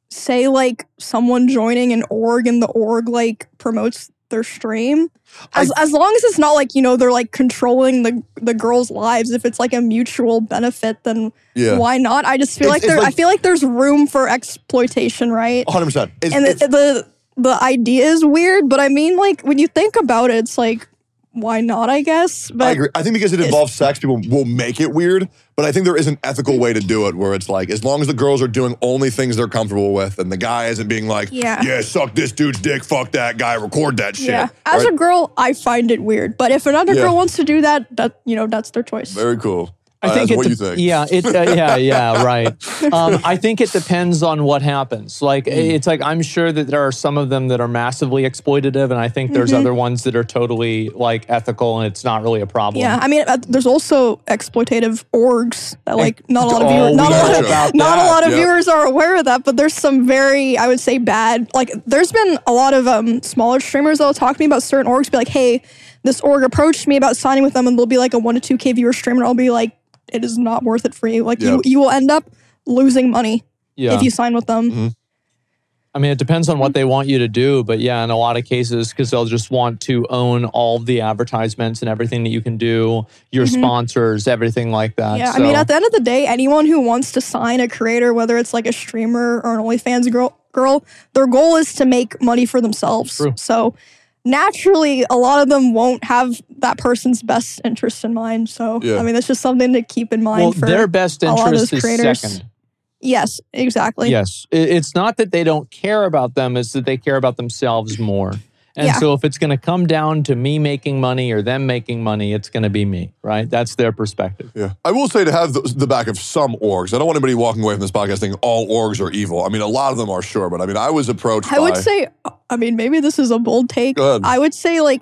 A: say like someone joining an org and the org like promotes their stream? As, as long as it's not like you know they're like controlling the the girls' lives, if it's like a mutual benefit, then
B: yeah,
A: why not? I just feel
B: It's-
A: like
B: it's
A: there. I
B: like- Oh,
A: feel like there's room for exploitation, right?
B: 100. percent
A: and the, the the idea is weird, but I mean, like when you think about it, it's like why not? I guess. But
B: I agree. I think because it
A: it's-
B: involves sex, people will make it weird. But I think there is an ethical way to do it where it's like, as long as the girls are doing only things they're comfortable with, and the guy isn't being like,
A: Yeah.
B: suck this dude's dick, fuck that guy, record that shit.
A: yeah, as
B: Right?
A: a girl, I find it weird. But if another
B: Yeah.
A: girl wants to do that, that you know that's their choice.
B: Very cool. Uh, that's
C: it
B: what you
C: dep-
B: think.
C: Yeah, it, uh,
B: <laughs>
C: yeah, yeah, right. Um, I think it depends on what happens. Like,
A: Hmm.
C: it's like I'm sure that there are some of them that are massively exploitative, and I think there's
A: Mm-hmm.
C: other ones that are totally like ethical, and it's not really a problem.
A: Yeah, I mean, uh, there's also exploitative orgs that like not a lot of
C: Oh,
A: viewers,
C: we
A: not a
B: know
A: lot
C: about
A: of, not a
C: that.
A: lot of
B: Yeah.
A: viewers are aware of that. But there's some very, I would say, bad. Like, there's been a lot of um smaller streamers that'll talk to me about certain orgs, be like, "Hey, this org approached me about signing with them," and they'll be like a one to two k viewer streamer. I'll be like, "It is not worth it for you. Like,
B: Yeah.
A: you you will end up losing money
C: yeah.
A: if you sign with them."
C: I mean, it depends on what they want you to do, but yeah, in a lot of cases, because they'll just want to own all of the advertisements and everything that you can do, your sponsors, everything like that.
A: Mm-hmm. Yeah,
C: So-
A: I mean, at the end of the day, anyone who wants to sign a creator, whether it's like a streamer or an OnlyFans girl, girl, their goal is to make money for themselves.
C: True.
A: So naturally, a lot of them won't have that person's best interest in mind. So
B: Yeah.
A: I mean, that's just something to keep in mind
C: well,
A: for
C: their best
A: a lot of
C: interest
A: those
C: is
A: creators.
C: second.
A: yes, exactly.
C: yes, I- it's not that they don't care about them; it's that they care about themselves more. And
A: Yeah.
C: so, if it's going to come down to me making money or them making money, it's going to be me, right? That's their perspective.
B: Yeah. I will say to have the, the back of some orgs. I don't want anybody walking away from this podcast thinking all orgs are evil. I mean, a lot of them are sure, but I mean, I was approached
A: I would
B: by-
A: say, I mean, maybe this is a bold take.
B: Go ahead.
A: I would say like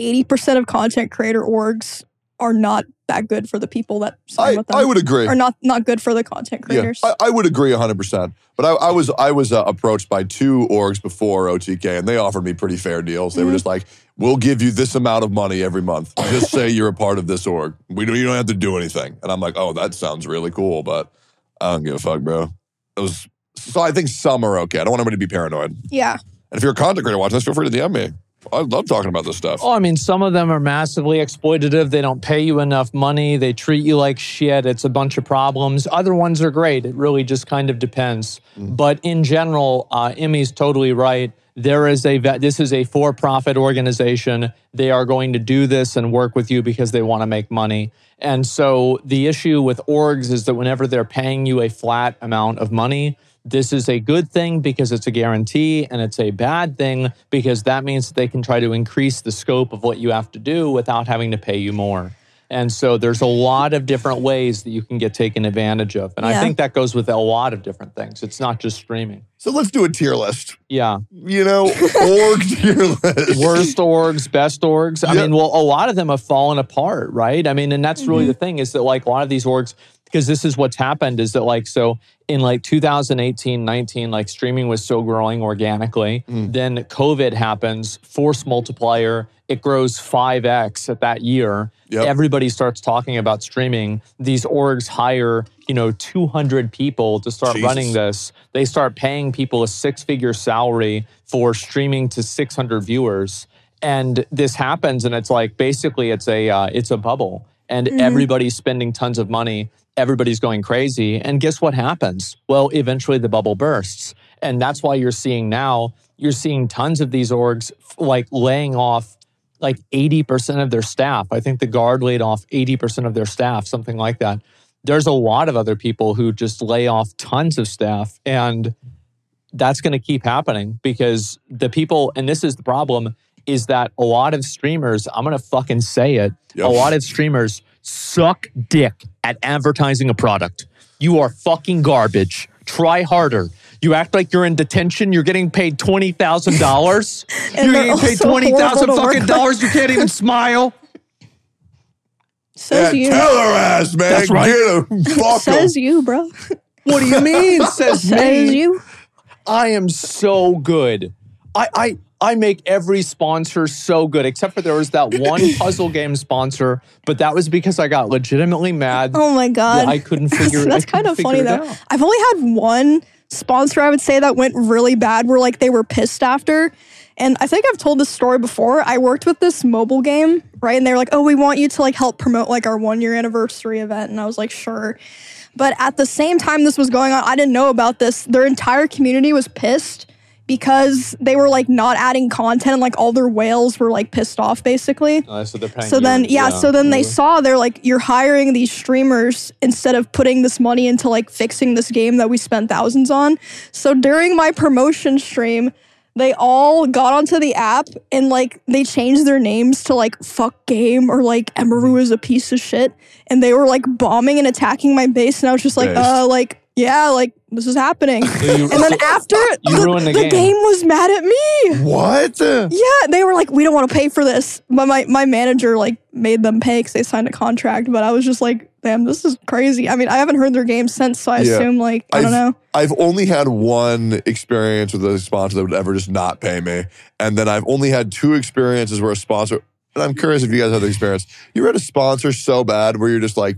A: 80% of content creator orgs are not that good for the people that sign
B: I,
A: with them.
B: I would agree.
A: Or not, not good for the content creators.
B: Yeah, I, I would agree 100%. But I, I was I was uh, approached by two orgs before OTK, and they offered me pretty fair deals. They were
A: Mhm.
B: just like, "We'll give you this amount of money every month. Just say you're a part of this org. We don't, you don't have to do anything." And I'm like, "Oh, that sounds really cool, but I don't give a fuck, bro." It was so I think some are okay. I don't want anybody to be paranoid. And
A: yeah.
B: if you're a content creator watching this, feel free to DM me. I love talking about this stuff.
C: Oh, I mean, some of them are massively exploitative. They don't pay you enough money. They treat you like shit. It's a bunch of problems. Other ones are great. It really just kind of depends. But in general, uh, Emmy's totally right. there is a vet, this is a for-profit organization. They are going to do this and work with you because they want to make money. And so the issue with orgs is that whenever they're paying you a flat amount of money, this is a good thing because it's a guarantee, and it's a bad thing because that means that they can try to increase the scope of what you have to do without having to pay you more. And so there's a lot of different ways that you can get taken advantage of. And I
A: Yeah.
C: think that goes with a lot of different things. It's not just streaming.
B: So let's do a tier list.
C: Yeah.
B: You know, <laughs> org tier list.
C: <laughs> Worst orgs, best orgs. I
B: Yeah.
C: mean, well, a lot of them have fallen apart, right? I mean, and that's really the thing is that like a lot of these orgs, because this is what's happened is that like, so in like 2018, 19, like streaming was still growing organically. Then COVID happens, force multiplier, it grows 5x at that year.
B: Yep.
C: Everybody starts talking about streaming. These orgs hire, you know, 200 people to start
B: Jesus.
C: running this. They start paying people a six figure salary for streaming to 600 viewers. And this happens, and it's like basically it's a uh, it's a bubble, and
B: Mm-hmm.
C: everybody's spending tons of money. Everybody's going crazy, and guess what happens? Well, eventually the bubble bursts, and that's why you're seeing now you're seeing tons of these orgs f- like laying off like 80% of their staff. I think the guard laid off 80% of their staff, something like that. There's a lot of other people who just lay off tons of staff and that's going to keep happening because the people and this is the problem is that a lot of streamers, I'm going to fucking say it,
B: Yeah.
C: a lot of streamers suck dick at advertising a product. You are fucking garbage. Try harder. You act like you're in detention. You're getting paid twenty thousand dollars.
A: And they're
C: You're getting paid
A: also horrible
C: twenty thousand
A: to work
C: fucking
A: with.
C: dollars. You can't even smile.
A: Says
B: Yeah,
A: you.
B: tell her ass, man.
C: That's right.
B: Get him. Fuck
A: <laughs>
B: 'em.
A: Says you,
B: <laughs>
A: bro. <laughs>
C: What do you mean? <laughs> Says
A: Says
C: me.
A: you.
C: I am so good. I, I I make every sponsor so good, except for there was that one
A: <laughs>
C: puzzle game sponsor, but that was because I got legitimately mad.
A: Oh my god.
C: that I couldn't
A: That's-
C: figure. I
A: <laughs> That's
C: couldn't
A: kind of
C: figure
A: funny
C: it
A: though.
C: out.
A: I've only had one sponsor I would say that went really bad where like they were pissed after. And I think I've told this story before. I worked with this mobile game, right? And they were like, "Oh, we want you to like help promote like our 1 year anniversary event." And I was like, "Sure." But at the same time this was going on, I didn't know about this. Their entire community was pissed because they were like not adding content and like all their whales were like pissed off basically.
C: Uh, so they're paying
A: So
C: you,
A: then, yeah, So then
C: Mm-hmm.
A: they saw they're like, you're hiring these streamers instead of putting this money into like fixing this game that we spent thousands on. So during my promotion stream, they all got onto the app and like they changed their names to like fuck game or like
C: Mm-hmm.
A: Emeru is a piece of shit. And they were like bombing and attacking my base. And I was just like,
B: Based.
A: uh, like, yeah, like this is
C: <laughs>
A: happening.
C: you-
A: and then after it,
C: You ruined the game.
A: was mad at me.
B: What?
A: Yeah, <laughs> they were like, we don't want to pay for this. But my, my manager like made them pay because they signed a contract. But I was just like, damn, this is crazy. I mean, I haven't heard their game since, so I
B: Yeah.
A: assume like I don't
B: I've-
A: know.
B: <laughs> I've only had one experience with a sponsor that would ever just not pay me. And then I've only had two experiences where a sponsor, and I'm curious if you guys had the experience. You had a sponsor so bad where you're just like,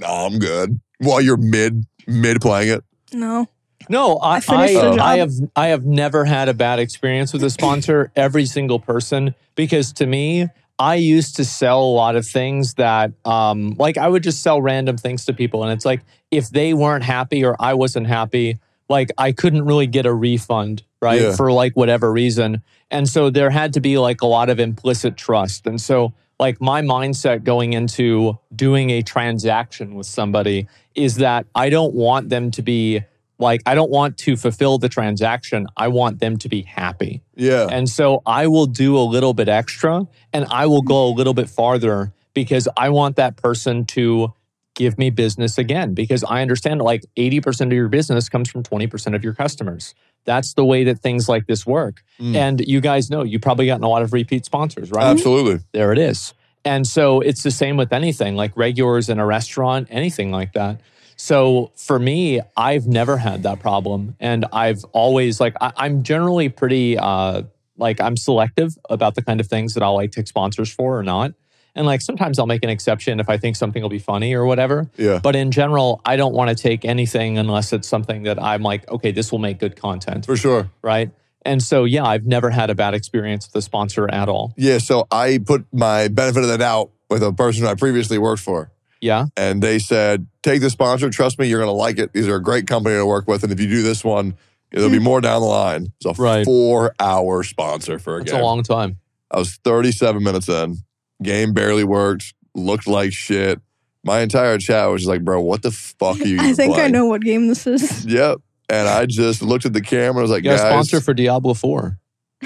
B: no, I'm good. While you're mid, mid playing it.
A: No,
C: No,
A: I
C: I, I, uh,
A: finished the job.
C: I have I have never had a bad experience with a sponsor. every single person, because to me, I used to sell a lot of things that, um, like I would just sell random things to people, and it's like if they weren't happy or I wasn't happy, like I couldn't really get a refund, right,
B: Yeah.
C: for like whatever reason, and so there had to be like a lot of implicit trust, and so. Like my mindset going into doing a transaction with somebody is that I don't want them to be like I don't want to fulfill the transaction. I want them to be happy.
B: Yeah.
C: And so I will do a little bit extra and I will go a little bit farther because I want that person to give me business again because I understand like 80% of your business comes from 20% of your customers. That's the way that things like this work.
B: Mm.
C: And you guys know you've probably gotten a lot of repeat sponsors, right?
B: Absolutely.
C: there it is. And so it's the same with anything like regulars in a restaurant, anything like that. So for me, I've never had that problem. And I've always like, I, I'm generally pretty, uh, like, I'm selective about the kind of things that I'll like take sponsors for or not. And like, sometimes I'll make an exception if I think something will be funny or whatever.
B: Yeah.
C: But in general, I don't want to take anything unless it's something that I'm like, okay, this will make good content.
B: For sure.
C: Right. And so, yeah, I've never had a bad experience with a sponsor at all.
B: Yeah. So I put my benefit of the doubt with a person I previously worked for.
C: Yeah.
B: and they said, "Take the sponsor. Trust me, you're going to like it. These are a great company to work with, and if you do this one, There'll be more down the line. It's a
C: Right.
B: four-hour sponsor for a
C: That's
B: game.
C: a long time.
B: I was 37 minutes in. Game barely worked. Looked like shit. My entire chat was just like, "Bro, what the fuck are you?"
A: I think I
B: playing?"
A: know what game this
B: <laughs>
A: is.
B: Yep. And I just looked at the camera. I was like,
C: You got a
B: "Guys,
C: sponsor for Diablo 4.
B: <laughs>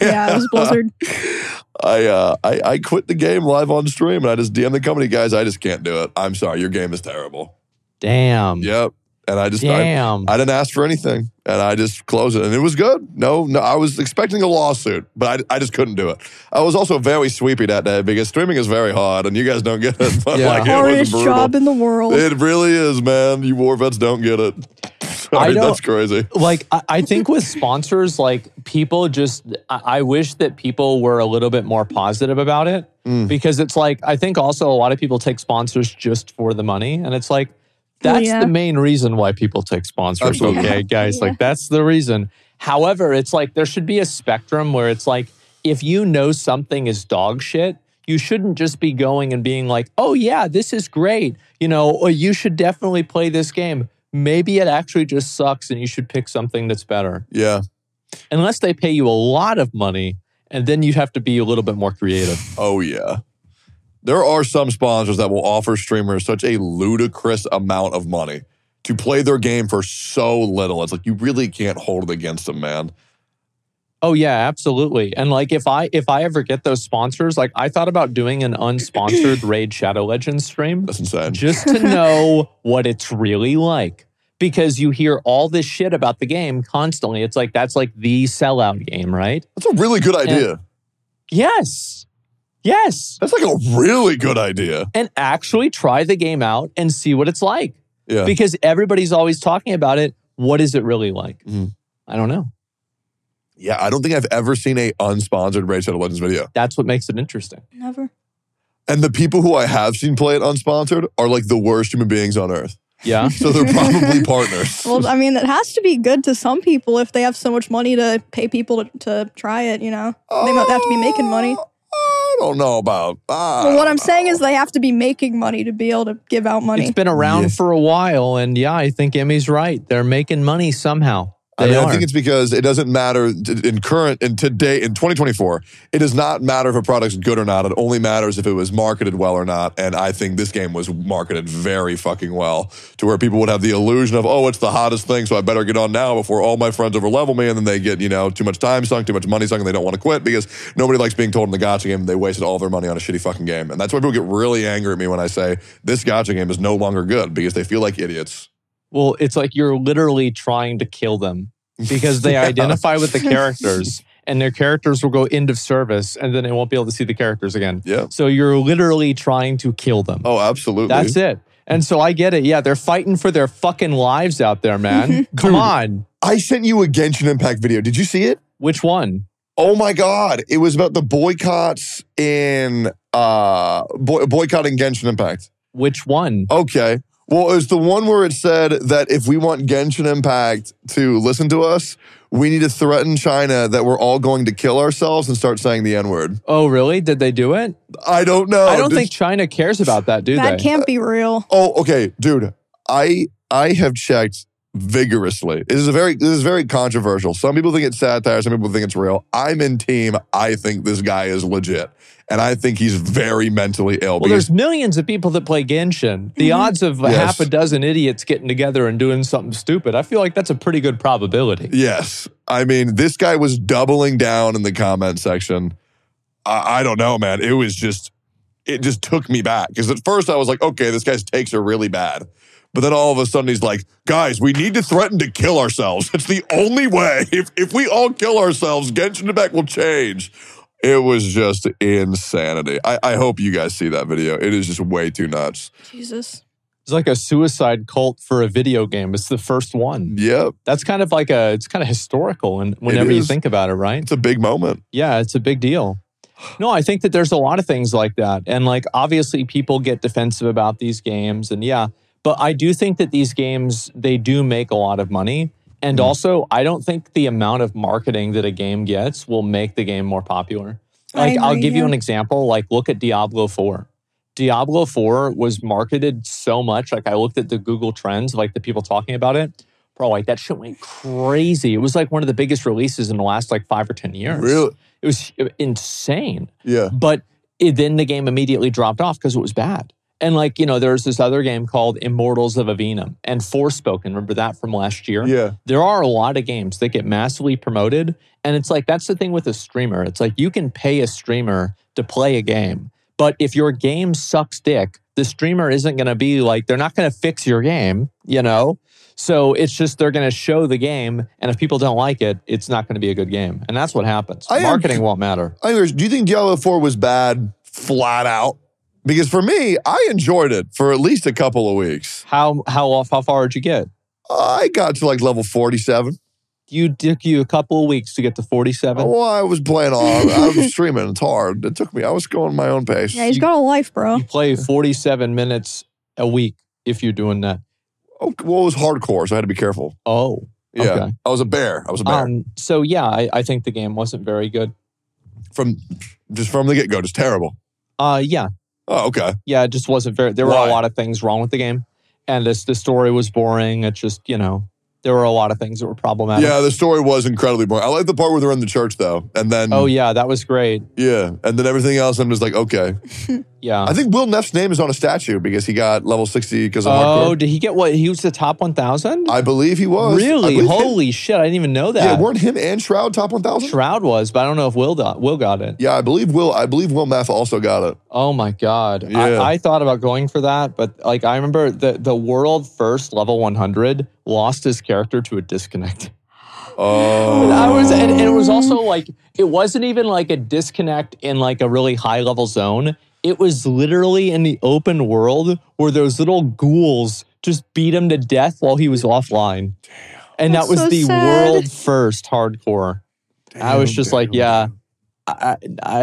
A: Yeah, it was Blizzard.
B: I, uh, I I quit the game live on stream, and I just DM the company guys. I just can't do it. I'm sorry, your game is terrible.
C: Damn.
B: Yep. And I just I,
C: Damn.
B: I didn't ask for anything, and I just closed it, and it was good. No, no, I was expecting a lawsuit, but I, I just couldn't do it. I was also very sweepy that day because streaming is very hard, and you guys don't get it. <laughs> But
C: Yeah.
B: like, it was
A: Hardest
B: brutal.
A: job in the world.
B: It really is, man. You war vets don't get it. <laughs> Sorry,
C: I don't-
B: that's crazy.
C: like I, I think with sponsors like people just I, I wish that people were a little bit more positive about it
B: Mm.
C: because it's like i think also a lot of people take sponsors just for the money and it's like
A: Well,
C: that's
A: yeah.
C: the main reason why people take sponsors
B: Absolutely.
C: okay guys
A: Yeah.
C: like that's the reason however it's like there should be a spectrum where it's like if you know something is dog shit you shouldn't just be going and being like oh yeah this is great you know or you should definitely play this game maybe it actually just sucks and you should pick something that's better
B: Yeah.
C: unless they pay you a lot of money and then you have to be a little bit more creative
B: Oh yeah. There are some sponsors that will offer streamers such a ludicrous amount of money to play their game for so little. It's like you really can't hold it against them, man.
C: oh yeah absolutely and like if i if i ever get those sponsors like i thought about doing an unsponsored raid shadow legends stream
B: That's insane.
C: just to know what it's really like because you hear all this shit about the game constantly it's like that's like the sellout game right
B: That's a really good idea.
C: yes yes
B: That's like a really good idea.
C: and actually try the game out and see what it's like
B: Yeah.
C: because everybody's always talking about it. What is it really like?
B: Mhm.
C: I don't know.
B: Yeah, I don't think I've ever seen a unsponsored Raid Shadow Legends video.
C: That's what makes
B: <laughs>
C: it interesting.
A: Never.
B: And the people who I have seen play it unsponsored are like the worst human beings on earth.
C: Yeah.
A: <laughs>
B: So they're probably partners.
A: Well, I mean, it has to be good to some people if they have so much money to pay people to, to try it. You know, they might have to be making money.
B: Uh, I don't know about. Uh,
A: But what I'm saying is they have to be making money to be able to give out
C: it's
A: money.
C: been around
B: Yeah.
C: for a while. And yeah, I think Emmy's right. They're making money somehow. They
B: I, mean,
C: are.
B: I think it's because it doesn't matter t- in current in today in 2024. It does not matter if a product's good or not. It only matters if it was marketed well or not. And I think this game was marketed very fucking well to where people would have the illusion of oh, it's the hottest thing, so I better get on now before all my friends overlevel me, and then they get you know too much time sunk, too much money sunk, and they don't want to quit because nobody likes being told in the gotcha game they wasted all their money on a shitty fucking game. And that's why people get really angry at me when I say this gotcha game is no longer good because they feel like idiots.
C: well, it's like you're literally trying to kill them
B: <laughs>
C: because they identify with the characters and their characters will go end of service and then they won't be able to see the characters again.
B: Yeah.
C: So you're literally trying to kill them.
B: Oh, absolutely.
C: That's it. And so I get it. Yeah, they're fighting for their fucking lives
B: <laughs>
C: out there, man. Come
B: Dude.
C: on.
B: I sent you a Genshin Impact video. Did you see it?
C: Which one?
B: Oh my god! It was about the boycotts in uh boy- boycotting Genshin Impact.
C: Which one?
B: Oh. Okay. Well, it was the one where it said that if we want Genshin Impact to listen to us, we need to threaten China that we're all going to kill ourselves and start saying the N word.
C: Oh, really? Did they do it?
B: I don't know.
C: I don't
B: Did-
C: think China cares about that, do
A: that
C: they?
A: can't be real.
B: Oh, okay, dude. I I have checked vigorously. This is a very this is very controversial. Some people think it's satire, some people think it's real. I'm in team. I think this guy is legit. And I think he's very mentally ill.
C: well,
B: because-
C: there's millions of people that play Genshin. The
A: Mhm.
C: odds of
B: Mm-hmm. Yes.
C: half a dozen idiots getting together and doing something stupid, I feel like that's a pretty good probability.
B: yes. I mean, this guy was doubling down in the comment section. I, I don't know, man. It was just it just took me back. Because at first I was like, okay, this guy's takes are really bad. But then all of a sudden he's like, guys, we need to threaten to kill ourselves. <laughs> It's the only way. If if we all kill ourselves, Genshin Impact will change. It was just insanity. I, I hope you guys see that video. It is just way too nuts.
A: Jesus.
C: It's like a suicide cult for a video game. It's the first one.
B: Yep.
C: That's kind of like a, it's kind of historical and whenever you
B: is.
C: think about it, right?
B: It's a big moment.
C: Yeah, it's a big deal. No, I think that there's a lot of things like that. And like obviously people get defensive about these games and yeah, but I do think that these games they do make a lot of money. And
A: Hmm.
B: Mhm.
C: also, I don't think the amount of marketing that a game gets will make the game more popular.
A: I
C: Like I'll
A: agree,
C: give
A: yeah.
C: you an example, like look at Diablo 4. Diablo 4 was marketed so much like I looked at the Google trends, like the people talking about it. Pro. Like that shit went crazy. It was like one of the biggest releases in the last like five or ten years.
B: Really?
C: It was insane.
B: Yeah.
C: But it, then the game immediately dropped off because it was bad. And like, you know, there's this other game called Immortals of Avenum and Forspoken. Remember that from last year?
B: Yeah.
C: There are a lot of games that get massively promoted. And it's like, that's the thing with a streamer. It's like you can pay a streamer to play a game. But if your game sucks dick, the streamer isn't going to be like, they're not going to fix your game, you know? So it's just they're going to show the game. And if people don't like it, it's not going to be a good game. And that's what happens.
B: I am-
C: Marketing won't matter.
B: I think there's- do you think Diablo 4 was bad flat out? Because for me, I enjoyed it for at least a couple of weeks.
C: How how off how far did you get?
B: I got to like level 47.
C: You took you a couple of weeks to get to forty seven.
B: Well, Oh, I was playing on, I
C: <laughs>
B: was streaming. It's hard. It took me, I was going my own pace.
A: Yeah, he's got a life, bro.
B: Oh.
C: You play forty seven minutes a week if you're doing that.
B: Oh, well, it was hardcore, so I had to be careful.
C: Oh,
B: Yeah.
C: Okay.
B: I was a bear. I was a bear.
C: um, so yeah, I, I think the game wasn't very good.
B: from just from the get go, just terrible.
C: Uh, yeah,
B: Oh, okay.
C: yeah, it just wasn't very. There were
B: Why?
C: a lot of things wrong with the game, and this the story was boring. It just you know there were a lot of things that were problematic.
B: Yeah, the story was incredibly boring. I like the part where they're in the church though, and then
C: Oh yeah, that was great.
B: yeah, and then everything else. I'm just like, okay.
C: Yeah.
B: I think Will Neff's name is on a statue because he got level sixty because of
C: oh,
B: hardcore.
C: did he get what? He was the top one thousand.
B: I believe he was I
C: Really?
B: believe him-
C: Holy shit! I didn't even know that.
B: yeah, weren't him and Shroud top one thousand?
C: Shroud was, but I don't know if Will got, Will got it.
B: Yeah, I believe Will. I believe Will Neff also got it.
C: Oh my god!
B: Yeah.
C: I, I thought about going for that, but like I remember the the world first level 100 lost his character to a disconnect.
B: Oh,
C: I was, and, and it was also like it wasn't even like a disconnect in like a really high level zone. It was literally in the open world where those little ghouls just beat him to death while he was offline. And
A: That's
C: that was
A: so
C: the
A: sad.
C: world first hardcore.
B: Oh.
C: I was just like, yeah, I, I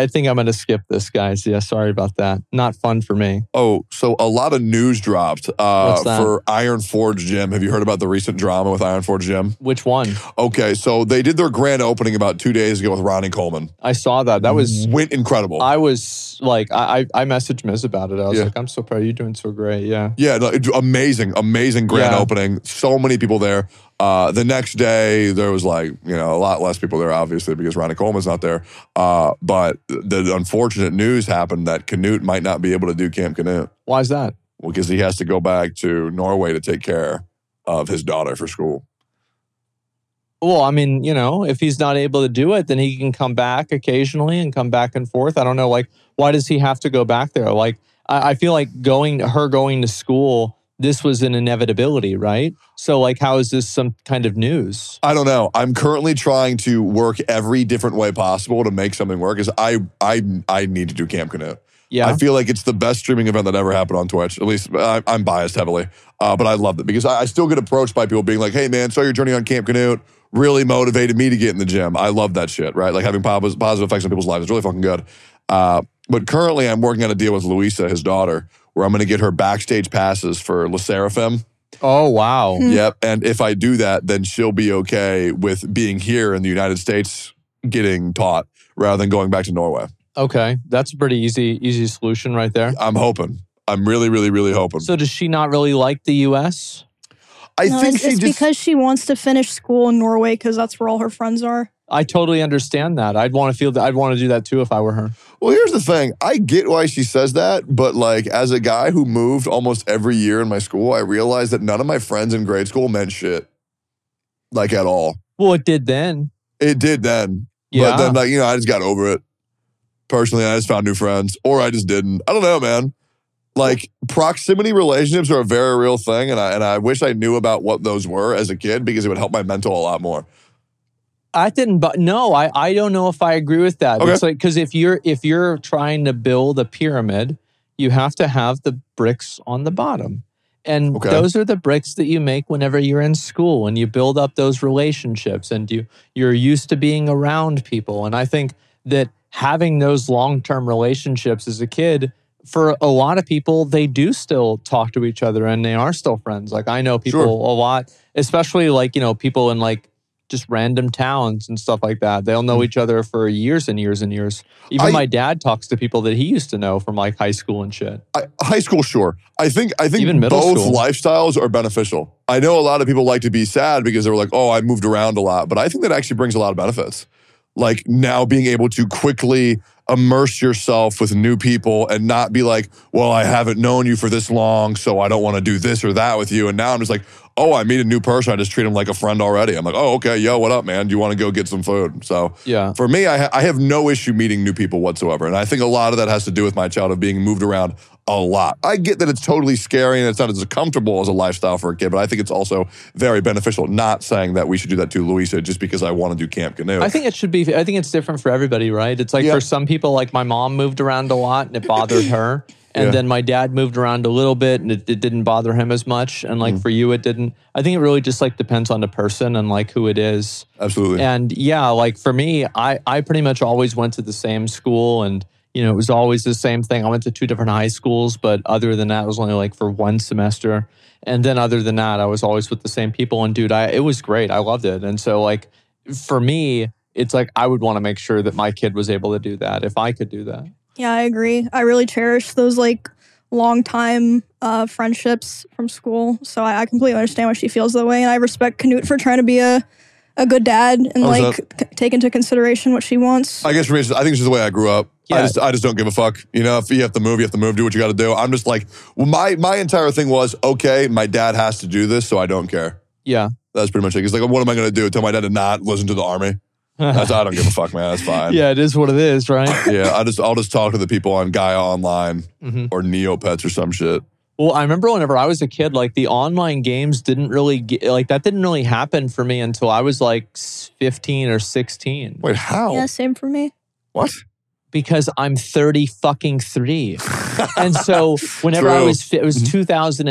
C: I think I'm going to skip this, guys. Yeah, sorry about that. Not fun for me.
B: Oh, so a lot of news dropped uh,
C: What's that?
B: for Iron Forge Gym. Have you heard about the recent drama with Iron Forge Gym?
C: Which one?
B: Okay, so they did their grand opening about two days ago with Ronnie Coleman.
C: I saw that. That was,
B: went incredible.
C: I was like, I, I I messaged Miz about it. I was
B: Mm. Yeah.
C: like, I'm so proud. You're doing so great. Yeah.
B: yeah, no, it- amazing, amazing grand
C: Yeah.
B: opening. So many people there. Uh, the next day, there was like you know a lot less people there, obviously because Ronnie Coleman's not there. Uh, but the unfortunate news happened that Canute might not be able to do Camp Canute
C: Why is that?
B: because he has to go back to Norway to take care of his daughter for school.
C: Well, I mean, you know, if he's not able to do it, then he can come back occasionally and come back and forth. I don't know, like, why does he have to go back there? Like, I, I feel like going her going to school, this was an inevitability, right? So, like, how is this some kind of news?
B: I don't know. I'm currently trying to work every different way possible to make something work. Is I I I need to do Camp Canute.
C: Yeah.
B: I feel like it's the best streaming event that ever happened on Twitch. At least I, I'm biased heavily, uh, but I love it because I, I still get approached by people being like, "Hey, man, saw your journey on Camp Canute. Really motivated me to get in the gym. I love that shit. Right? Like having pos- positive, effects on people's lives is really fucking good." Uh, but currently, I'm working on a deal with Luisa, his daughter, where I'm going to get her backstage passes for La Seraphim.
C: oh, wow.
B: Yep. And if I do that, then she'll be okay with being here in the United States getting taught rather than going back to Norway.
C: <laughs> Okay. That's a pretty easy, easy solution right there.
B: I'm hoping. I'm really, really, really hoping.
C: So, does she not really like the U.S.?
B: I
A: No,
B: think
A: it's,
B: she
A: it's
B: just.
A: because she wants to finish school in Norway because that's where all her friends are.
C: I totally understand that. I'd want to feel that. I'd want to do that too if I were her.
B: well, here's the thing. I get why she says that, but like as a guy who moved almost every year in my school, I realized that none of my friends in grade school meant shit, like at all.
C: Well, it did then.
B: It did then,
C: Yeah.
B: But then, like, you know, I just got over it. Personally, I just found new friends, or I just didn't. I don't know, man. Like, proximity relationships are a very real thing, and I and I wish I knew about what those were as a kid because it would help my mental a lot more.
C: I didn't, but no, I, I don't know if I agree with that.
B: Okay.
C: It's like because if you're if you're trying to build a pyramid, you have to have the bricks on the bottom, and
B: Okay.
C: those are the bricks that you make whenever you're in school and you build up those relationships and you you're used to being around people. And I think that having those long term relationships as a kid. For a lot of people, they do still talk to each other and they are still friends. Like I know people
B: Sure.
C: a lot, especially like, you know, people in like just random towns and stuff like that. They'll know each other for years and years and years. Even
B: Hmm. I-
C: my dad talks to people that he used to know from like high school and shit.
B: I, high school, sure. I think I think
C: Even middle
B: both
C: school.
B: lifestyles are beneficial. I know a lot of people like to be sad because they're like, "Oh, I moved around a lot," but I think that actually brings a lot of benefits. Like now being able to quickly immerse yourself with new people and not be like, "Well, I haven't known you for this long, so I don't want to do this or that with you." And now I'm just like, "Oh, I meet a new person. I just treat them like a friend already." I'm like, "Oh, okay, yo, what up, man? Do you want to go get some food?" So
C: Yeah.
B: for me, I, ha- I have no issue meeting new people whatsoever. And I think a lot of that has to do with my childhood being moved around a lot. I get that it's totally scary and it's not as comfortable as a lifestyle for a kid, but I think it's also very beneficial. Not saying that we should do that to Louisa just because I want to do Camp Canoe.
C: I think it should be. I think it's different for everybody, right? It's like
B: Yeah.
C: for some people, like my mom moved around a lot and
B: <coughs>
C: it bothered her, and
B: Yeah.
C: then my dad moved around a little bit and it, it didn't bother him as much. And
B: Hmm.
C: like for you, it didn't. I think it really just like depends on the person and like who it is.
B: Absolutely.
C: And yeah, like for me, I I pretty much always went to the same school, and you know it was always the same thing. I went to two different high schools, but other than that, it was only like for one semester. And then other than that, I was always with the same people. And dude, I it was great. I loved it. And so like for me, it's like I would want to make sure that my kid was able to do that if I could do that.
A: Yeah, I agree. I really cherish those like long time uh, friendships from school. So I, I completely understand why she feels that way, and I respect Knut for trying to be a a good dad and
B: Oh, is
A: like c- take into consideration what she wants.
B: I guess for me, it's just- I think it's just the way I grew up. I
C: Yeah.
B: just I just don't give a fuck. You know, if you have to move, you have to move. Do what you got to do. I'm just like well, my my entire thing was okay. My dad has to do this, so I don't care.
C: Yeah. <laughs>
B: That's pretty much it. It's like, what am I going to do? Tell my dad to not listen to the army? That's, I don't give a fuck, man. That's fine.
C: Yeah, it is what it is, right?
B: <laughs> yeah, I just I'll just talk to the people on Gaia Online
C: hmm
B: or Neopets or some shit.
C: Well, I remember whenever I was a kid, like the online games didn't really get, like that didn't really happen for me until I was like s- 15 or 16
B: Wait, how?
A: Yeah, same for me.
B: What? <laughs>
C: because I'm 30 fucking 3. and so
B: <laughs>
C: whenever I
B: True.
C: was fi- it was
B: Mhm.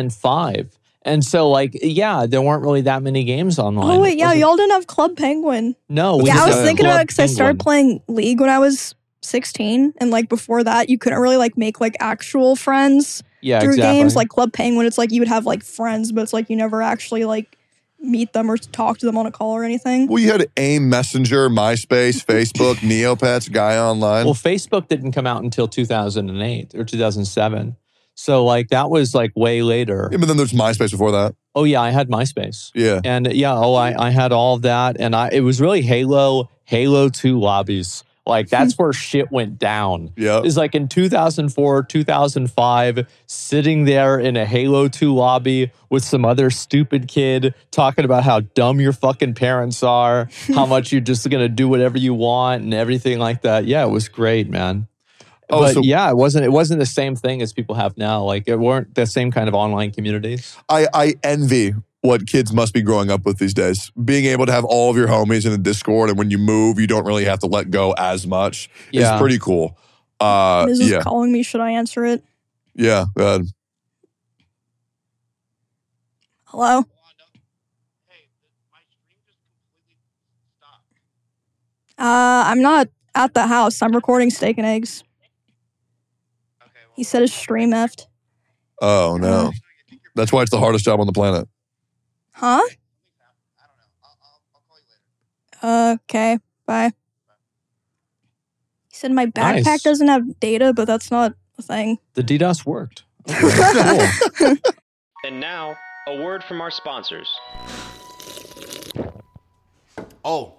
C: 2005. And so like yeah, there weren't really that many games online.
A: Oh wait,
C: It
A: yeah,
C: wasn't-
A: y'all didn't have Club Penguin.
B: Oh,
C: No, we
A: yeah, I
C: didn't
A: was
C: have
A: thinking
C: Club
A: about it because I started
C: Penguin.
A: playing League when I was 16, and like before that, you couldn't really like make like actual friends
C: yeah,
A: through
C: exactly.
A: games like Club Penguin. It's like you would have like friends, but it's like you never actually like meet them or talk to them on a call or anything.
B: Well, you had AIM Messenger, MySpace, Facebook, Neopets, Gaia Online.
C: Well, Facebook didn't come out until 2008 or 2007. So like that was like way later.
B: yeah, but then there's MySpace before that.
C: Oh yeah, I had MySpace.
B: Yeah.
C: And yeah, oh, I, I had all of that, and I it was really Halo, Halo Two lobbies.
B: <laughs>
C: Like that's where shit went down.
B: Yeah.
C: Is like in 2004, 2005, sitting there in a Halo 2 lobby with some other stupid kid talking about how dumb your fucking
B: <laughs>
C: parents are, how much you're just gonna do whatever you want and everything like that. Yeah, it was great, man.
B: Oh,
C: but
B: so-
C: yeah, it wasn't it wasn't the same thing as people have now. Like it weren't the same kind of online communities.
B: I, I envy what kids must be growing up with these days. Being able to have all of your homies in a Discord, and when you move, you don't really have to let go as much.
C: Yeah.
B: It's pretty cool. Uh,
A: Mrs.
B: yeah.
A: calling me. Should I answer it?
B: Yeah. Uh,
A: Hello. Uh, I'm not at the house. I'm recording steak and eggs. He said his stream effed.
B: oh, no. That's why it's the hardest job on the planet.
A: Huh? Okay. Bye. He said my backpack
C: Nice.
A: doesn't have data, but that's not a thing.
C: The
B: <laughs>
C: DDoS worked.
D: And now, a word from our sponsors.
E: Oh,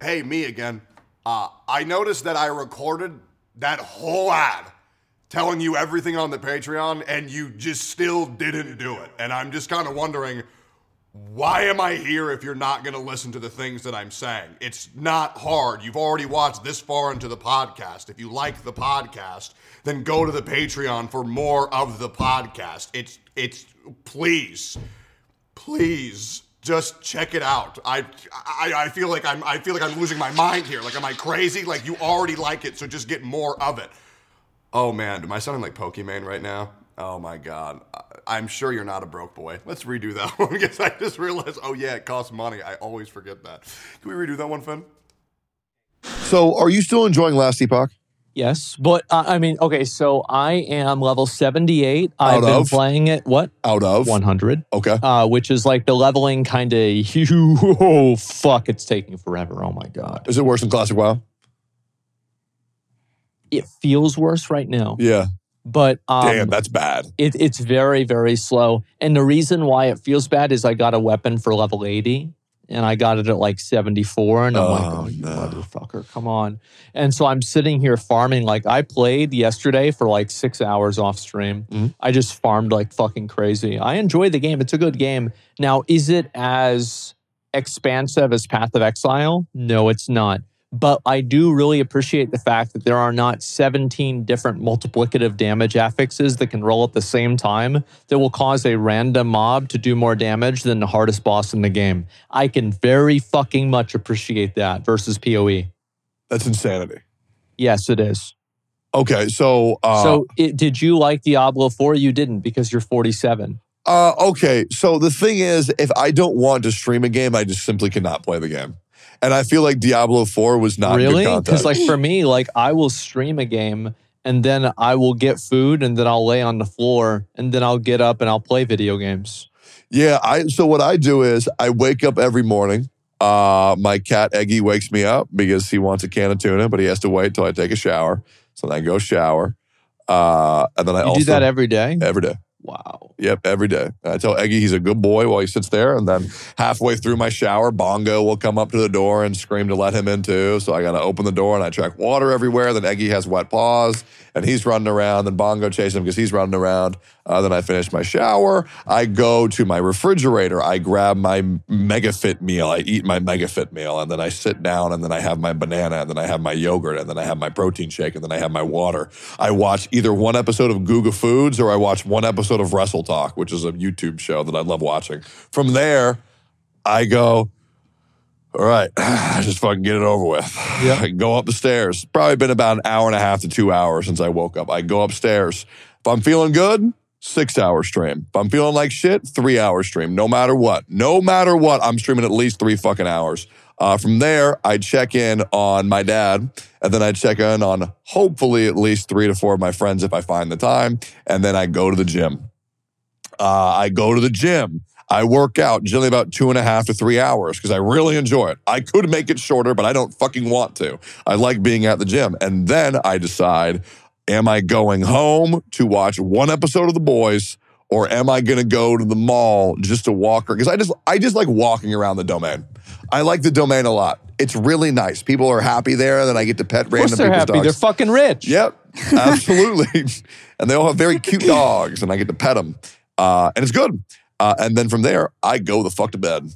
E: hey, me again. Uh, I noticed that I recorded that whole ad telling you everything on the Patreon, and you just still didn't do it. And I'm just kind of wondering, why am I here if you're not going to listen to the things that I'm saying? It's not hard. You've already watched this far into the podcast. If you like the podcast, then go to the Patreon for more of the podcast. It's, it's, please please just check it out. I, I I feel like I'm I feel like I'm losing my mind here. Like am I crazy? Like you already like it, so just get more of it. Oh man, am I sounding like Pokemon right now? Oh my god. I- I'm sure you're not a broke boy. Let's redo that <laughs> one because I just realized, oh yeah, it costs money. I always forget that. Can we redo that one, Finn?
B: So, are you still enjoying Last Epoch?
C: Yes, but uh, I mean, okay, so I am level 78. I've
B: Out
C: been
B: of?
C: playing it, what?
B: Out of
C: 100,
B: okay.
C: uh, which is like the leveling kind of, <laughs> oh, fuck, it's taking forever. Oh my God.
B: Is it worse than classic WoW?
C: It feels worse right now,
B: Yeah.
C: but um,
B: Damn, that's bad.
C: it, it's very, very slow. And the reason why it feels bad is I got a weapon for level 80 and I got it at like 74. And I'm like,
B: Oh,
C: oh, you
B: no.
C: motherfucker, come on. And so I'm sitting here farming. Like I played yesterday for like six hours off stream.
B: Mhm.
C: I just farmed like fucking crazy. I enjoy the game. It's a good game. Now, is it as expansive as Path of Exile? No, it's not. But I do really appreciate the fact that there are not 17 different multiplicative damage affixes that can roll at the same time that will cause a random mob to do more damage than the hardest boss in the game. I can very fucking much appreciate that versus PoE.
B: That's insanity.
C: Yes, it is.
B: Okay, so uh,
C: so, it, did you like Diablo 4? You didn't because you're 47.
B: Uh, okay. So the thing is, if I don't want to stream a game, I just simply cannot play the game. And I feel like Diablo 4 was not
C: really?
B: good content.
C: Because, like, for me, like, I will stream a game and then I will get food and then I'll lay on the floor and then I'll get up and I'll play video games.
B: yeah, I so what I do is I wake up every morning. Uh, my cat Eggy wakes me up because he wants a can of tuna, but he has to wait till I take a shower. So then I go shower. Uh, and then I
C: You
B: also
C: do that every day?
B: every day.
C: Wow.
B: Yep, every day. I tell Eggy he's a good boy while he sits there, and then halfway through my shower, Bongo will come up to the door and scream to let him in too. So I gotta open the door and I track water everywhere. Then Eggy has wet paws, and he's running around. Then Bongo chases him because he's running around. Uh, then I finish my shower. I go to my refrigerator. I grab my MegaFit meal. I eat my MegaFit meal, and then I sit down, and then I have my banana, and then I have my yogurt, and then I have my protein shake, and then I have my water. I watch either one episode of Guga Foods or I watch one episode of Wrestle Talk, which is a YouTube show that I love watching. From there, I go, all right, <sighs> just fucking get it over with.
C: Yeah.
B: I go up the stairs. Probably been about an hour and a half to two hours since I woke up. I go upstairs. If I'm feeling good, six hour stream. If I'm feeling like shit, three hour stream. No matter what, no matter what, I'm streaming at least three fucking hours. Uh, from there, I check in on my dad, and then I check in on hopefully at least three to four of my friends if I find the time, and then I go to the gym. Uh, I go to the gym. I work out generally about two and a half to three hours because I really enjoy it. I could make it shorter, but I don't fucking want to. I like being at the gym. And then I decide am I going home to watch one episode of The Boys? Or am I gonna go to the mall just to walk? Because I just I just like walking around the domain. I like the domain a lot. It's really nice. People are happy there, and then I get to pet
C: Of course
B: random
C: they're
B: people's
C: happy.
B: dogs.
C: They're fucking rich. <laughs>
B: Yep, absolutely. and they all have very cute dogs, and I get to pet them, uh, and it's good. Uh, and then from there, I go the fuck to bed.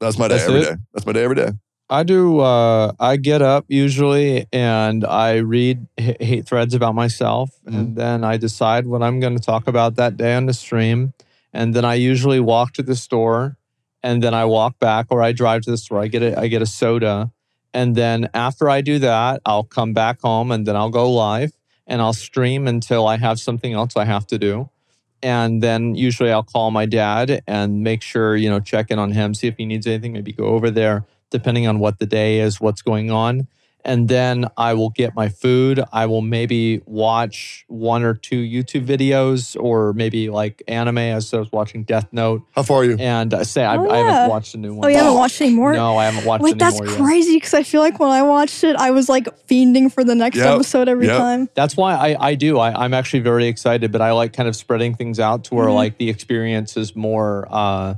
B: That's my day
C: That's
B: every
C: it?
B: day. That's my day every day.
C: I do. Uh, I get up usually and I read h- hate threads about myself, and then I decide what I'm going to talk about that day on the stream. And then I usually walk to the store, and then I walk back or I drive to the store. I get a, I get a soda, and then after I do that, I'll come back home and then I'll go live and I'll stream until I have something else I have to do. and then usually I'll call my dad and make sure you know check in on him, see if he needs anything, maybe go over there depending on what the day is, what's going on, and then I will get my food. I will maybe watch one or two YouTube videas or maybe like anime. As I was watching Death Note,
B: How far are you?
C: and I say I,
A: Oh,
C: I
A: yeah.
C: haven't watched a new one.
A: Oh, you haven't watched any more?
C: No, I haven't watched.
A: Wait,
C: any
A: that's
C: more yet.
A: crazy because I feel like when I watched it, I was like fiending for the next
B: Yep,
A: episode every
B: yep.
A: time.
C: That's why I, I do. I, I'm actually very excited, but I like kind of spreading things out to where
A: Mhm.
C: like the experience is more uh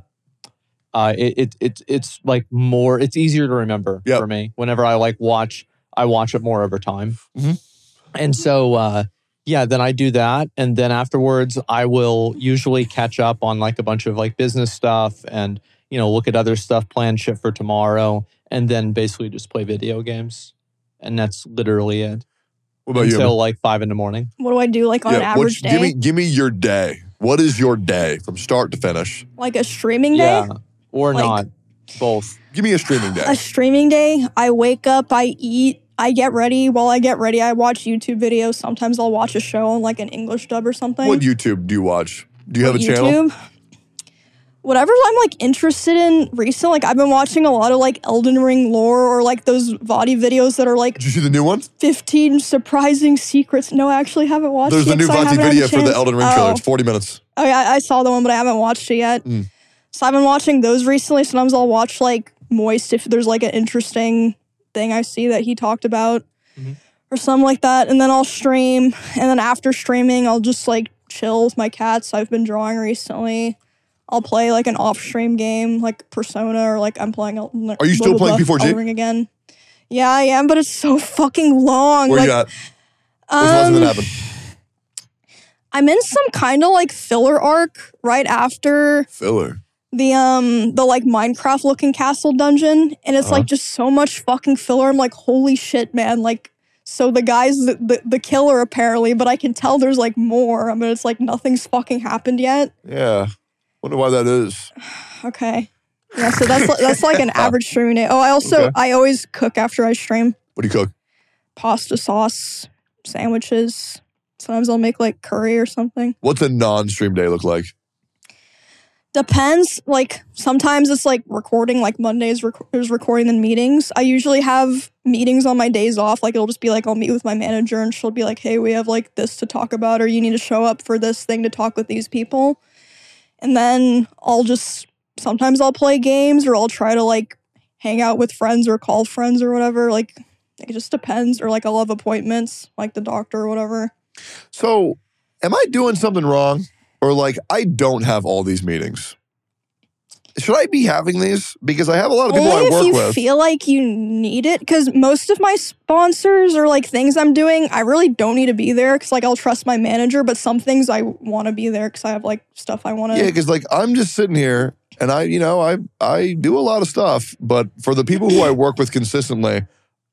C: uh it, it it's it's like more it's easier to remember
B: Yep.
C: for me whenever I like watch I watch it more over time.
B: Mhm.
C: And so uh yeah, then I do that and then afterwards I will usually catch up on like a bunch of like business stuff and you know look at other stuff, plan shit for tomorrow and then basically just play video games. And that's literally it
B: What about you?
C: until like five in the morning.
A: What do I do like on
B: Yeah,
A: an
B: what's-
A: average day?
B: Give me, give me your day. What is your day from start to finish?
A: like a streaming day?
C: or
A: Like-
C: not, both.
B: Give me a
A: <gasps>
B: streaming
A: A
B: day.
A: streaming day, I wake up, I eat, I get ready. While I get ready, I watch YouTube videos. Sometimes I'll watch a show on like an English dub or something.
B: What YouTube do you watch? Do you have a
A: YouTube?
B: channel?
A: whatever I'm like interested in recently, like I've been watching a lot of like Elden Ring lore or like those Vadi videos that are like
B: Did you see the new one?
A: 15 surprising secrets. No, I actually haven't watched
B: There's
A: it.
B: the new
A: 'cause I
B: Vonti
A: haven't had a
B: video for the
A: chance-
B: Elden Ring trailer.
A: Oh.
B: It's 40 minutes.
A: Oh yeah, I saw the one, but I haven't watched it yet.
B: Mm.
A: So I've been watching those recently. Sometimes I'll watch like Moist if there's like an interesting thing I see that he talked about
B: Mm-hmm.
C: Mhm.
A: or something like that. And then I'll stream. And then after streaming, I'll just like chill with my cats. I've been drawing recently. I'll play like an off stream game like Persona or like I'm playing. Are
B: Are you still playing P4G?
A: Elden Ring again? Yeah, I am, but it's so fucking long.
B: Where
A: like,
B: you at? What's the last thing
A: um,
B: that happened?
A: I'm in some kind of like filler arc right after
B: Filler.
A: the um the like Minecraft looking castle dungeon, and it's like just so much fucking filler. I'm like, holy shit, man! Like, so the guy's the, the the killer apparently, but I can tell there's like more. I mean, it's like nothing's fucking happened yet.
B: Yeah. Wonder why that is.
A: Okay, yeah. So that's li- that's like an average streaming day. Oh, I also
B: Okay.
A: I always cook after I stream
B: What do you cook?
A: pasta sauce, sandwiches. Sometimes I'll make like curry or something.
B: What's a non-stream day look like?
A: Depends. Like sometimes it's like recording, like Mondays rec- there's recording and meetings. I usually have meetings on my days off. Like it'll just be like I'll meet with my manager and she'll be like, hey, we have like this to talk about, or you need to show up for this thing to talk with these people. And then I'll just sometimes I'll play games or I'll try to like hang out with friends or call friends or whatever. Like it just depends. Or like I'll have appointments, like the doctor or whatever.
B: So, am I doing something wrong, or like I don't have all these meetings? Should I be having these? Because I have a lot of people
A: Only
B: I
A: if
B: work
A: you
B: with.
A: feel like you need it, because most of my sponsors or like things I'm doing, I really don't need to be there because like I'll trust my manager. But some things I want to be there because I have like stuff I want
B: yeah,
A: to.
B: because like I'm just sitting here, and I, you know, I I do a lot of stuff, but for the people who I work with consistently,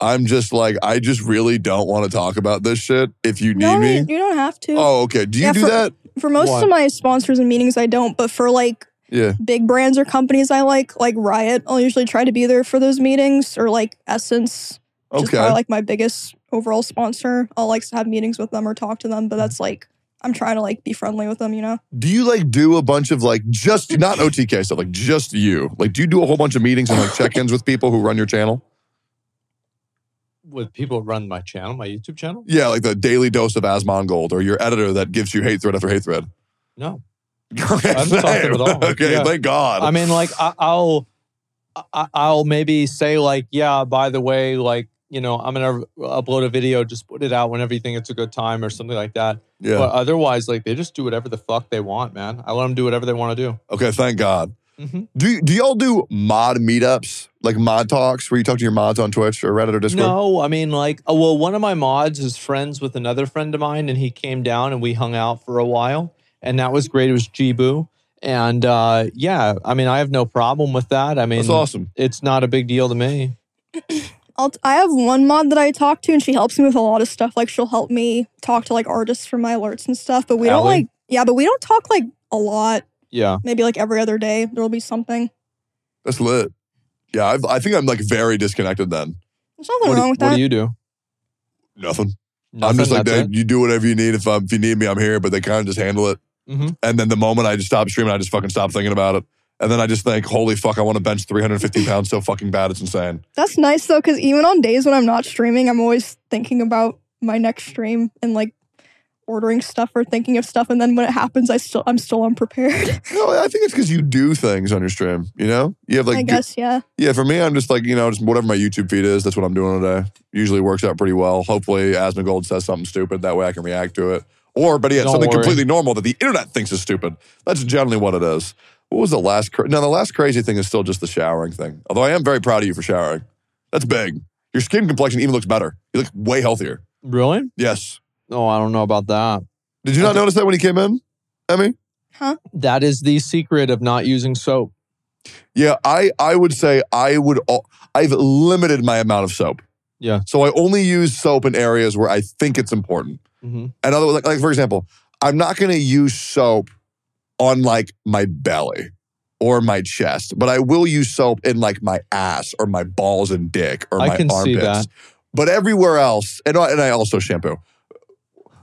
B: I'm just like I just really don't want to talk about this shit. If you need
A: no,
B: me,
A: you you don't have to.
B: oh okay. Do you
A: Yeah,
B: do
A: for-
B: that?
A: For most
C: Why?
A: of my sponsors and meetings, I don't. But for like
B: Yeah.
A: big brands or companies I like, like Riot, I'll usually try to be there for those meetings or like Essence, which is
B: Okay.
A: probably like my biggest overall sponsor. I'll like have meetings with them or talk to them, but that's like I'm trying to like be friendly with them, you know.
B: do you like do a bunch of like just not OTK stuff, like just you? Like, do you do a whole bunch of meetings and like check-ins with people who run your channel?
C: With people who run my channel, my YouTube channel?
B: Yeah, like the daily dose of Asmongold or your editor that gives you hate thread after hate thread. <laughs>
C: No.
B: okay,
C: I'm talking with all.
B: okay
C: Yeah.
B: thank God.
C: I mean, like I, I'll, I, I'll maybe say like, yeah. By the way, like you know, I'm gonna upload a video. Just put it out whenever you think it's a good time or something like that.
B: yeah.
C: But otherwise, like they just do whatever the fuck they want, man. I let them do whatever they want to
B: okay, thank God.
C: do. hmm
B: Do do y'all do mod meetups like mod talks where you talk to your mods on Twitch or Reddit or Discord?
C: No, I mean, like, oh, well, one of my mods is friends with another friend of mine, and he came down and we hung out for a while, and that was great. It was Jibu, and uh, yeah, I mean, I have no problem with that. I mean,
B: That's awesome.
C: it's not a big deal to me.
A: I'll, I have one mod that I talk to, and she helps me with a lot of stuff. Like she'll help me talk to like artists for my alerts and stuff. But we don't
C: Ally?
A: like, yeah, but we don't talk like a lot.
C: Yeah.
A: Maybe like every other day there'll be something.
B: That's lit. Yeah, I've, I think I'm like very disconnected then.
A: There's nothing
C: what do,
A: wrong with
C: what
A: that.
C: do you do?
B: Nothing. I'm
C: Nothing,
B: just like,
C: that's
B: they, you do whatever you need. If, I'm, if you need me, I'm here, but they kind of just handle it.
C: it. Mhm.
B: And then the moment I just stop streaming, I just fucking stop thinking about it. And then I just think, holy fuck, I want to bench 350 pounds so fucking bad. It's insane.
A: That's nice though, because even on days when I'm not streaming, I'm always thinking about my next stream and like ordering stuff or thinking of stuff. And then when it happens, I still I'm still unprepared.
B: No, I think it's because you do things on your stream. You know, you have like,
A: <laughs> I
B: do-
A: guess yeah.
B: yeah. For me, I'm just like, you know, just whatever my YouTube feed is. That's what I'm doing today. Usually works out pretty well. Hopefully, Asmongold says something stupid. That way, I can react to it. Or, but yeah,
C: Don't
B: something
C: worry.
B: completely normal that the internet thinks is stupid. That's generally what it is. What was the last? Cra- no, the last crazy thing is still just the showering thing. Although I am very proud of you for showering. That's big. Your skin complexion even looks better. You look way healthier.
C: Really?
B: Yes.
C: Oh, I don't know about that.
B: Did you not notice that when he came in, Emmy?
C: That is the secret of not using soap.
B: Yeah, I I would say I would. al- I've limited my amount of soap.
C: Yeah.
B: So I only use soap in areas where I think it's important.
C: hmm
B: And other like, like for example, I'm not going to use soap on like my belly or my chest, but I will use soap in like my ass or my balls and dick or
C: I
B: my
C: can see
B: armpits.
C: that.
B: But everywhere else, and I- and I also shampoo.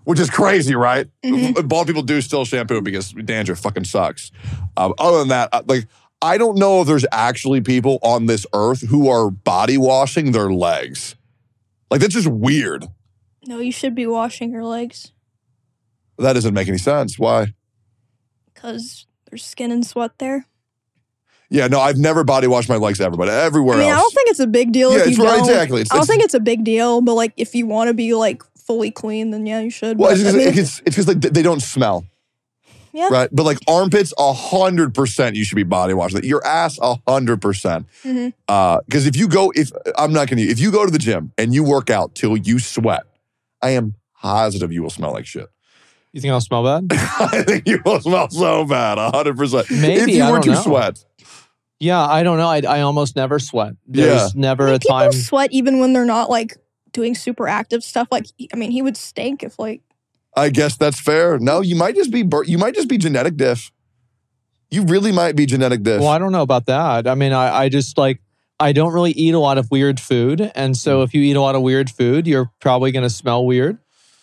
B: which is crazy, right?
C: Uh-huh.
A: Mm-hmm.
B: Bald people do still shampoo because dandruff fucking sucks. Um, other than that, uh, like I don't know if there's actually people on this earth who are body washing their legs. Like that's just weird.
A: No, you should be washing your legs
B: That doesn't make any sense. Why?
A: because there's skin and sweat there.
B: Yeah, no, I've never body washed my legs ever, but everywhere
A: I mean, I
B: else.
A: don't think it's a big deal
B: Yeah,
A: if
B: it's
A: you
B: right,
A: don't.
B: exactly. It's-
A: I don't
B: it's-
A: think it's a big deal, but like if you want to be like fully clean, then yeah, you should.
B: well,
A: but,
B: it's just
A: I mean,
B: it's it's because like, they don't smell.
A: yeah,
B: Right. But like armpits, a hundred percent you should be body washing. Your ass, a hundred percent.
A: Mhm.
B: Because if you go, if I'm not gonna if you go to the gym and you work out till you sweat, I am positive you will smell like shit. <laughs>
C: You think I'll smell bad?
B: I think you will smell so bad, a hundred percent. <laughs> If
C: Maybe,
B: you
C: I
B: were
C: don't
B: to
C: know.
B: sweat.
C: yeah, I don't know. I, I almost never sweat. There's
B: Yeah.
C: never
A: I mean,
C: a
A: people
C: time.
A: sweat even when they're not like doing super active stuff. Like he- I mean, he would stink if like
B: I guess that's fair. No, you might just be bur- you might just be genetic diff. You really might be genetic diff.
C: Well, I don't know about that. I mean, I, I just like I don't really eat a lot of weird food, and so if you eat a lot of weird food, you're probably going to smell weird.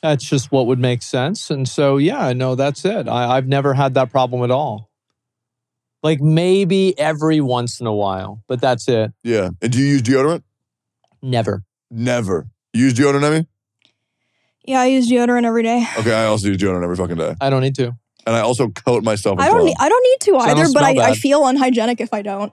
C: That's just what would make sense. And so, yeah, no, that's it. I, I've never had that problem at all. Like maybe every once in a while, but that's it.
B: Yeah. And do you use deodorant?
C: Never.
B: Never. You use deodorant, I mean?
A: yeah, I use deodorant every day.
B: Okay, I also use deodorant every fucking day.
C: I don't need to.
B: And I also coat myself in
A: I don't
B: cologne.
A: need, I don't need to
C: I don't
A: either, but
C: smell
A: I, I
C: bad.
A: feel unhygienic if I don't.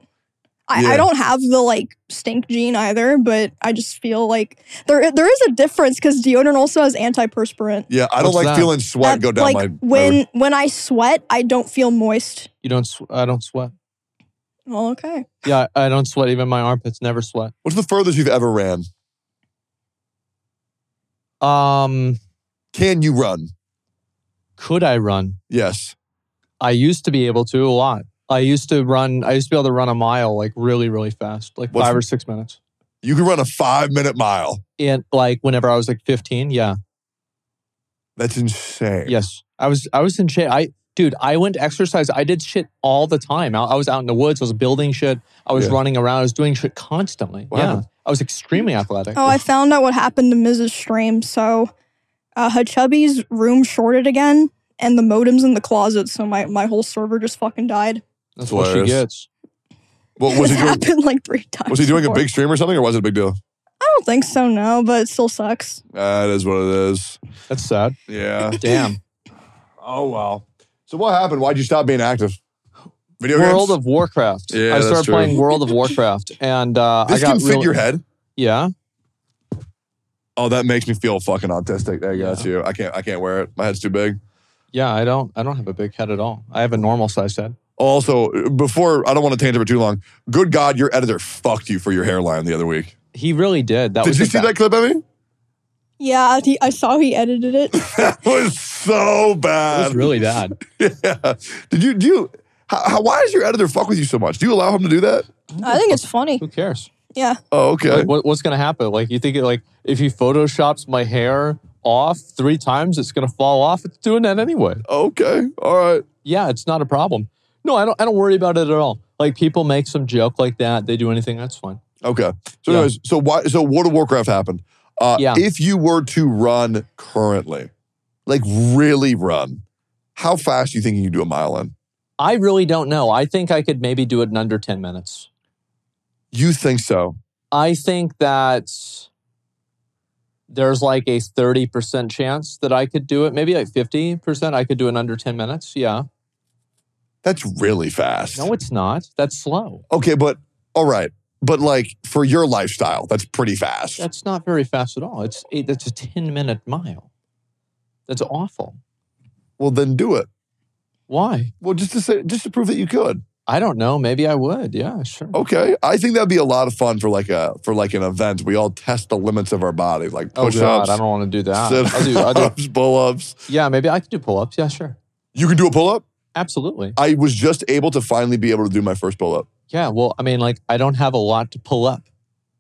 A: I,
B: Yeah.
A: I don't have the like stink gene either, but I just feel like there there is a difference because deodorant also has antiperspirant.
B: Yeah, I don't
C: What's
B: like
C: that?
B: feeling sweat
A: e-, That,
B: go down
A: like
B: my.
A: when when I sweat, I don't feel moist.
C: You don't. Sw- I don't sweat.
A: Well, okay.
C: Yeah, I don't sweat. Even my armpits never sweat.
B: What's the furthest you've ever ran?
C: Um,
B: Can you run?
C: could I run?
B: Yes.
C: I used to be able to a lot. I used to run. I used to be able to run a mile like really, really fast, like
B: What's-
C: five or six minutes.
B: You can run a five minute mile.
C: And like whenever I was like fifteen, yeah,
B: That's insane.
C: yes, I was. I was in shape. I dude, I went to exercise. I did shit all the time. I, I was out in the woods. I was building shit. I was
B: Yeah.
C: running around. I was doing shit constantly.
B: Wow.
C: Yeah, I was extremely athletic.
A: Oh, I found out what happened to Mrs. Strahm. So, uh, Hachubby's room shorted again, and the modem's in the closet. So my my whole server just fucking died.
C: That's what she
B: Hilarious.
C: gets.
B: Well,
A: <laughs>
B: was
A: it
B: he doing?
A: happened like three times.
B: Was he doing a
A: before.
B: big stream or something, or was it a big deal?
A: I don't think so. No, but it still sucks.
B: That is what it is.
C: That's
B: <laughs>
C: sad.
A: <laughs>
B: Yeah.
C: Damn.
B: oh wow. So what happened? Why'd you stop being active? Video
C: World
B: games.
C: of Warcraft.
B: Yeah,
C: I
B: that's
C: started
B: true.
C: playing World of Warcraft, and uh,
B: this
C: I got
B: can fit
C: really-
B: your head.
C: Yeah,
B: Oh, that makes me feel fucking autistic. I got
C: Yeah.
B: you. I can't. I can't wear it. My head's too big.
C: yeah. I don't. I don't have a big head at all. I have a normal sized head.
B: Also, before I don't want to tangent for too long. Good God, your editor fucked you for your hairline the other week.
C: He really did. That
B: Did
C: was
B: you
C: the
B: see
C: ba-
B: that clip of me?
A: Yeah, he, I saw he edited it.
B: <laughs> That was so
C: It
B: bad.
C: was really bad.
B: <laughs> yeah. Did you do? You, how, how, why does your editor fuck with you so much? Do you allow him to do that?
A: <coughs> I think it's funny.
C: Who cares?
A: Yeah,
B: Oh, okay.
C: Like, what, what's gonna happen? Like, you think it, like if he photoshops my hair off three times, it's gonna fall off. It's doing that anyway.
B: okay. All right.
C: Yeah, it's not a problem. No, I don't. I don't worry about it at all. Like people make some joke like that. They do anything. That's fine.
B: Okay. So,
C: Yeah.
B: anyways, so why? So, World of Warcraft happened. Uh,
C: Yeah.
B: If you were to run currently, like really run, how fast do you think you can do a mile in?
C: I really don't know. I think I could maybe do it in under ten minutes.
B: You think so?
C: I think that there's like a 30% chance that I could do it. Maybe like 50% I could do it in under 10 minutes. Yeah.
B: That's really fast.
C: No, it's not. That's slow.
B: okay, but all right. But like for your lifestyle, that's pretty fast.
C: That's not very fast at all. It's it, that's a 10 minute mile. That's awful.
B: well, then do it.
C: Why?
B: Well, just to say, just to prove that you could.
C: I don't know. Maybe I would. Yeah, sure.
B: Okay, I think that'd be a lot of fun for like a for like an event. We all test the limits of our body, like
C: oh
B: push
C: god,
B: ups,
C: I don't want to do that. I'll
B: sit
C: do,
B: <laughs>
C: I'll do,
B: ups, pull ups.
C: yeah, maybe I could do pull ups. Yeah, sure.
B: You can do a pull up.
C: Absolutely.
B: I was just able to finally be able to do my first pull up.
C: Yeah. Well, I mean, like, I don't have a lot to pull up.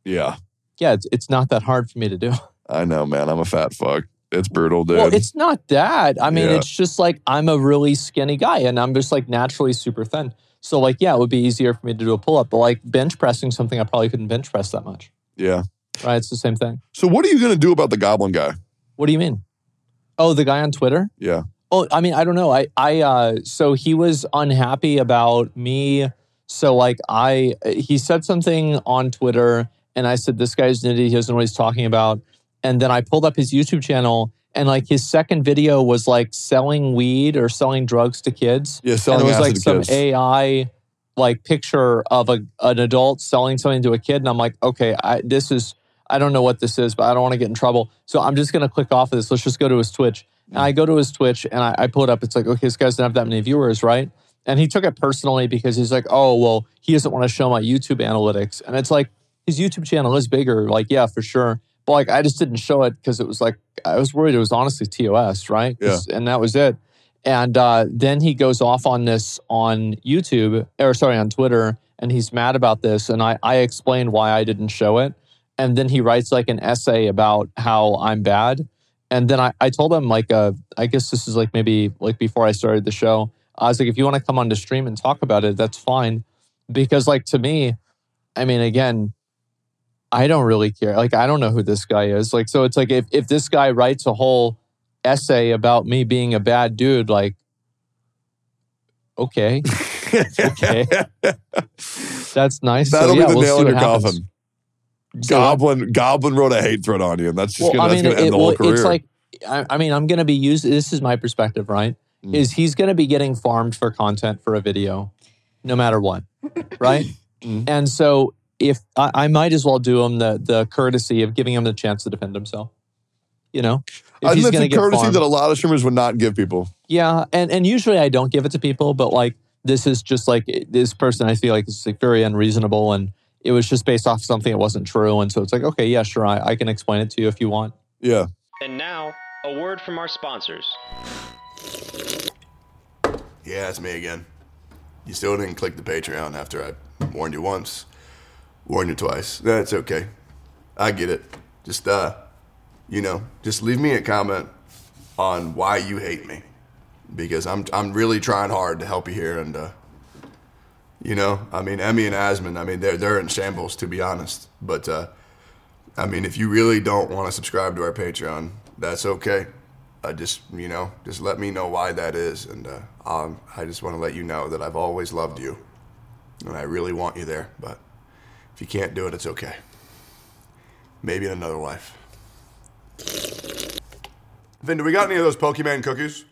B: Yeah,
C: Yeah, it's, it's not that hard for me to do.
B: I know, man. I'm a fat fuck. It's brutal, dude.
C: Well, it's not that. I mean,
B: Yeah.
C: it's just like I'm a really skinny guy and I'm just like naturally super thin. So, like, yeah, it would be easier for me to do a pull up, but like bench pressing something I probably couldn't bench press that much.
B: yeah.
C: Right? It's the same thing.
B: So what are you gonna do about the goblin guy?
C: What do you mean? Oh, the guy on Twitter?
B: Yeah.
C: Oh, I mean, I don't know. I, I, uh, so he was unhappy about me. So, like, I, he said something on Twitter, and I said, this guy's an idiot. He doesn't know what he's talking about. And then I pulled up his YouTube channel, and like, his second video was like selling weed or selling drugs to kids.
B: Yeah,
C: And
B: selling
C: it was
B: acid
C: like
B: to
C: some
B: kids.
C: AI, like, picture of a, an adult selling something to a kid. And I'm like, okay, I, this is, I don't know what this is, but I don't want to get in trouble. So, I'm just going to click off of this. Let's just go to his Twitch. And I go to his Twitch and I, I pull it up. It's like, okay, this guy doesn't have that many viewers, right? And he took it personally because he's like, oh, well, he doesn't want to show my YouTube analytics. And it's like, his YouTube channel is bigger. Like, yeah, for sure. But like, I just didn't show it because it was like, I was worried it was honestly TOS, right? 'Cause- And that was it. And uh, then he goes off on this on YouTube, or sorry, on Twitter, and he's mad about this. And I, I explained why I didn't show it. And then he writes like an essay about how I'm bad. And then I, I told him like uh I guess this is like maybe like before I started the show. I was like, if you want to come on the stream and talk about it, that's fine. Because like to me, I mean, again, I don't really care. Like I don't know who this guy is. Like, so it's like if, if this guy writes a whole essay about me being a bad dude, like okay, <laughs> okay.
B: <laughs>
C: that's nice. So,
B: That'll
C: yeah,
B: be the
C: we'll
B: nail
C: see
B: in
C: what
B: your
C: happens.
B: coffin.
C: So, uh,
B: Goblin Goblin wrote a hate thread on you, and that's just gonna, that's gonna
C: it-
B: end the whole
C: well,
B: career.
C: It's like, I, I mean, I'm going to be used. This is my perspective, right?
B: Mm.
C: Is he's going to be getting farmed for content for a video, no matter what,
B: <clears throat>
C: right?
B: Mm.
C: And so, if I, I might as well do him the the courtesy of giving him the chance to defend himself, you know,
B: I
C: if
B: think
C: he's
B: that's
C: going to
B: the
C: get
B: courtesy
C: farmed.
B: that a lot of streamers would not give people.
C: Yeah, and and usually I don't give it to people, but like this is just like this person I feel like is like very unreasonable, and it was just based off something that wasn't true, and so it's like okay, yeah, sure, I, I can explain it to you if you want.
B: Yeah.
D: And now, a word from our sponsors.
E: Yeah, it's me again. You still didn't click the Patreon after I warned you once, warned you twice. That's okay. I get it. Just, uh, you know, just leave me a comment on why you hate me. Because I'm, I'm really trying hard to help you here. And, uh, you know, I mean, Emmy and Asman, I mean, they're, they're in shambles, to be honest. But, uh, I mean, if you really don't want to subscribe to our Patreon, that's okay. I just, you know, just let me know why that is. And uh, um, I just want to let you know that I've always loved you. And I really want you there. But if you can't do it, it's okay. Maybe in another life. Vin, do we got any of those Pokemon cookies?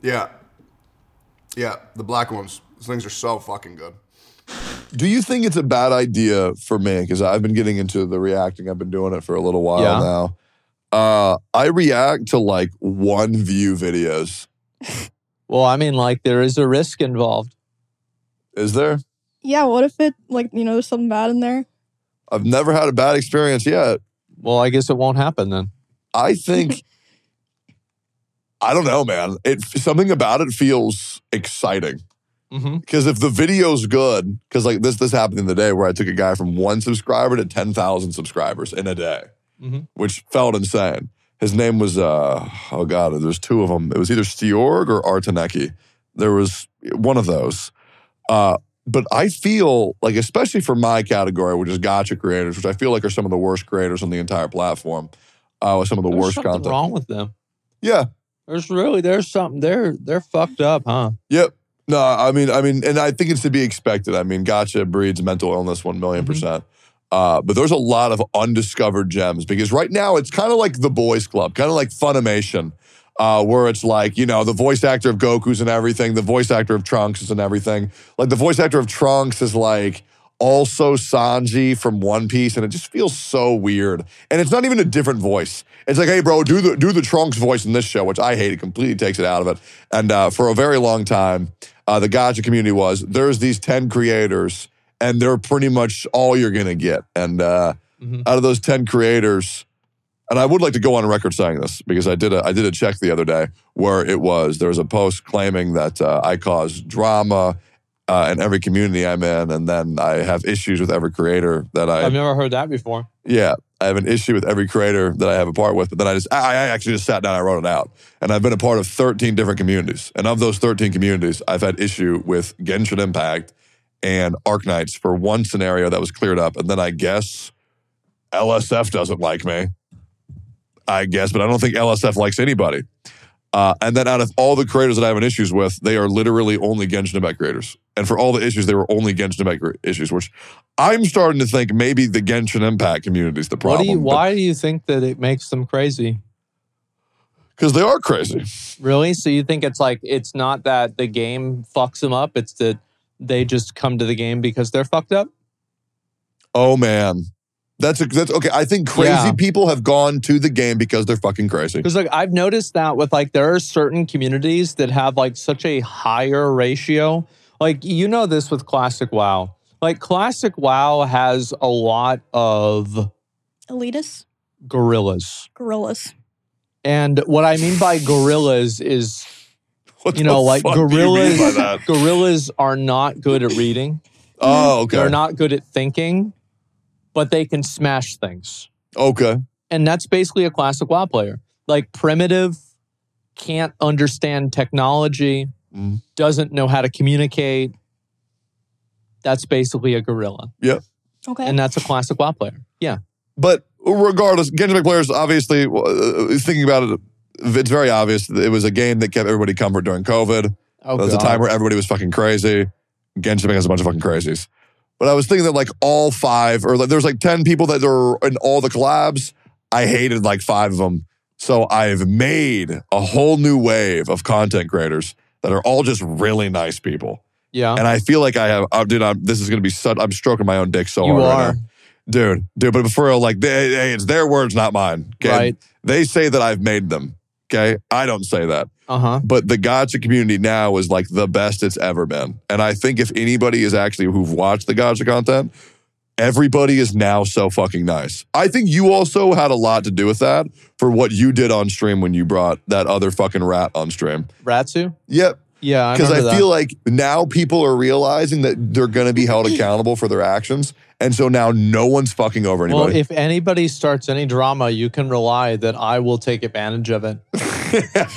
E: Yeah. Yeah, the black ones. Those things are so fucking good.
B: Do you think it's a bad idea for me? Because I've been getting into the reacting. I've been doing it for a little while
C: Yeah.
B: now. Uh, I react to like one view videos.
C: Well, I mean, like there is a risk involved.
B: Is there?
A: Yeah, what if it like you know there's something bad in there?
B: I've never had a bad experience yet.
C: Well, I guess it won't happen then.
B: I think I don't know, man. It something about it feels exciting.
C: Mm-hmm.
B: Because if the video's good, because like this this happened in the day where I took a guy from one subscriber to ten thousand subscribers in a day,
C: Mhm.
B: which felt insane. His name was uh oh god, there's two of them. It was either Steorg or Artaneki. There was one of those. Uh, but I feel like, especially for my category, which is gotcha creators, which I feel like are some of the worst creators on the entire platform, uh, with some of the
C: There's
B: worst
C: something
B: content.
C: wrong with them.
B: Yeah,
C: There's really there's something. They're they're fucked up, huh?
B: Yep. No, I mean, I mean, and I think it's to be expected. I mean, gotcha breeds mental illness one million
C: Mhm.
B: percent. Uh, but there's a lot of undiscovered gems because right now it's kind of like the boys' club, kind of like Funimation, uh, where it's like you know the voice actor of Goku's and everything, the voice actor of Trunks is and everything. Like the voice actor of Trunks is like also Sanji from One Piece, and it just feels so weird. And it's not even a different voice. It's like, hey, bro, do the do the Trunks voice in this show, which I hate. It completely takes it out of it. And uh, for a very long time, uh, the Gacha community was there's these ten creators, and they're pretty much all you're gonna get. And uh,
C: Mhm.
B: out of those ten creators, and I would like to go on record saying this because I did a I did a check the other day where it was there was a post claiming that uh, I caused drama uh, in every community I'm in, and then I have issues with every creator that I
C: I've never heard that before.
B: yeah. I have an issue with every creator that I have a part with, but then I just I I actually just sat down and I wrote it out. And I've been a part of 13 different communities. And of those 13 communities, I've had issue with Genshin Impact and Arknights for one scenario that was cleared up. And then I guess LSF doesn't like me. I guess, but I don't think LSF likes anybody. Uh, and then out of all the creators that I have an issues with, they are literally only Genshin Impact creators. And for all the issues, they were only Genshin Impact cre- issues, which I'm starting to think maybe the Genshin Impact community is the
C: What
B: problem.
C: do you? Why do you think that it makes them crazy?
B: Because they are crazy.
C: Really? So you think it's like it's not that the game fucks them up; it's that they just come to the game because they're fucked up.
B: Oh man, that's a, that's okay. I think crazy
C: Yeah.
B: people have gone to the game because they're fucking crazy. <laughs>
C: Because like I've noticed that with like there are certain communities that have like such a higher ratio. Like you know this with classic WoW. Like classic WoW has a lot of
A: Elitist?
C: gorillas.
A: Gorillas.
C: And what I mean by gorillas is
B: <laughs> What
C: you
B: the
C: know like
B: fuck do you mean
C: gorillas
B: by that?
C: gorillas are not good at reading.
B: Oh, okay,
C: <laughs> They're not good at thinking, but they can smash things.
B: okay.
C: and that's basically a classic WoW player. Like primitive, can't understand technology,
B: Mm.
C: doesn't know how to communicate. That's basically a gorilla,
A: Okay.
C: and that's a classic WoW player. Yeah,
B: But regardless, Genshin Impact players obviously uh, thinking about it, it's very obvious. that It was a game that kept everybody comfort during COVID.
C: oh,
B: There was a
C: God.
B: time where everybody was fucking crazy. Genshin Impact has a bunch of fucking crazies. But I was thinking that like all five, or like there's like 10 people that are in all the collabs. I hated like five of them. So I've made a whole new wave of content creators that are all just really nice people.
C: yeah,
B: And I feel like I have, oh, dude, I'm, this is going to be such, I'm stroking my own dick so
C: you
B: hard right
C: are
B: now. Dude, dude, but for real, like, they, hey, it's their words, not mine. Okay.
C: right.
B: They say that I've made them. Okay. I don't say that
C: Uh huh.
B: but the gotcha community now is like the best it's ever been. And I think if anybody is actually who've watched the gotcha content, everybody is now so fucking nice. I think you also had a lot to do with that for what you did on stream when you brought that other fucking rat on stream.
C: Ratsu.
B: Yep.
C: Yeah,
B: Because I,
C: remember that.
B: feel like now people are realizing that they're going to be held accountable for their actions. And so now no one's fucking over
C: Well,
B: anybody.
C: if anybody starts any drama, you can rely that I will take advantage of
B: <laughs>
C: it.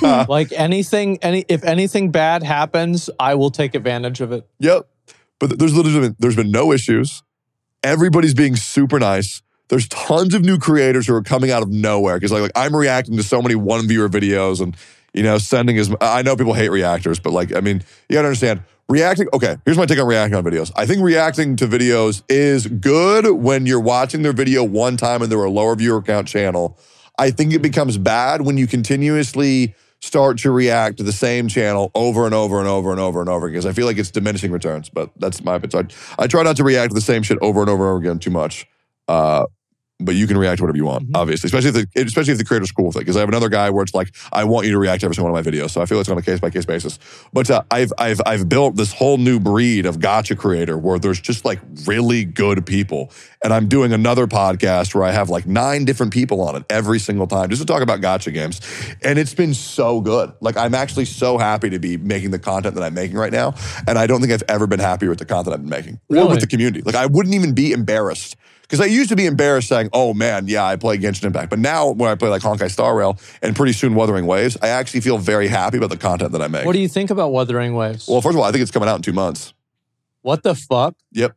C: <laughs> like anything, any if anything bad happens, I will take advantage of it.
B: Yep. But th- there's literally been, there's been no issues. Everybody's being super nice. There's tons of new creators who are coming out of nowhere because like, like I'm reacting to so many one viewer videos and you know sending as I know people hate reactors, but like I mean you gotta understand reacting. Okay, here's my take on reacting on videos. I think reacting to videos is good when you're watching their video one time and they're a lower viewer count channel. I think it becomes bad when you continuously start to react to the same channel over and over and over and over and over again. 'Cause I feel like it's diminishing returns, but that's my opinion. So I, I try not to react to the same shit over and over and over again too much. Uh, but you can react to whatever you want,
C: Mhm.
B: obviously, especially if the, especially if the creator's cool with it. Because I have another guy where it's like, I want you to react to every single one of my videos. So I feel it's on a case by case basis. But uh, I've I've I've built this whole new breed of gotcha creator where there's just like really good people, and I'm doing another podcast where I have like nine different people on it every single time just to talk about gotcha games, and it's been so good. Like I'm actually so happy to be making the content that I'm making right now, and I don't think I've ever been happier with the content I've been making or
C: Really?
B: with the community. Like I wouldn't even be embarrassed. Because I used to be embarrassed saying, oh man, yeah, I play Genshin Impact. But now when I play like Honkai Star Rail and pretty soon Wuthering Waves, I actually feel very happy about the content that I make.
C: What do you think about Wuthering Waves?
B: Well, first of all, I think it's coming out in two months.
C: What the fuck?
B: Yep.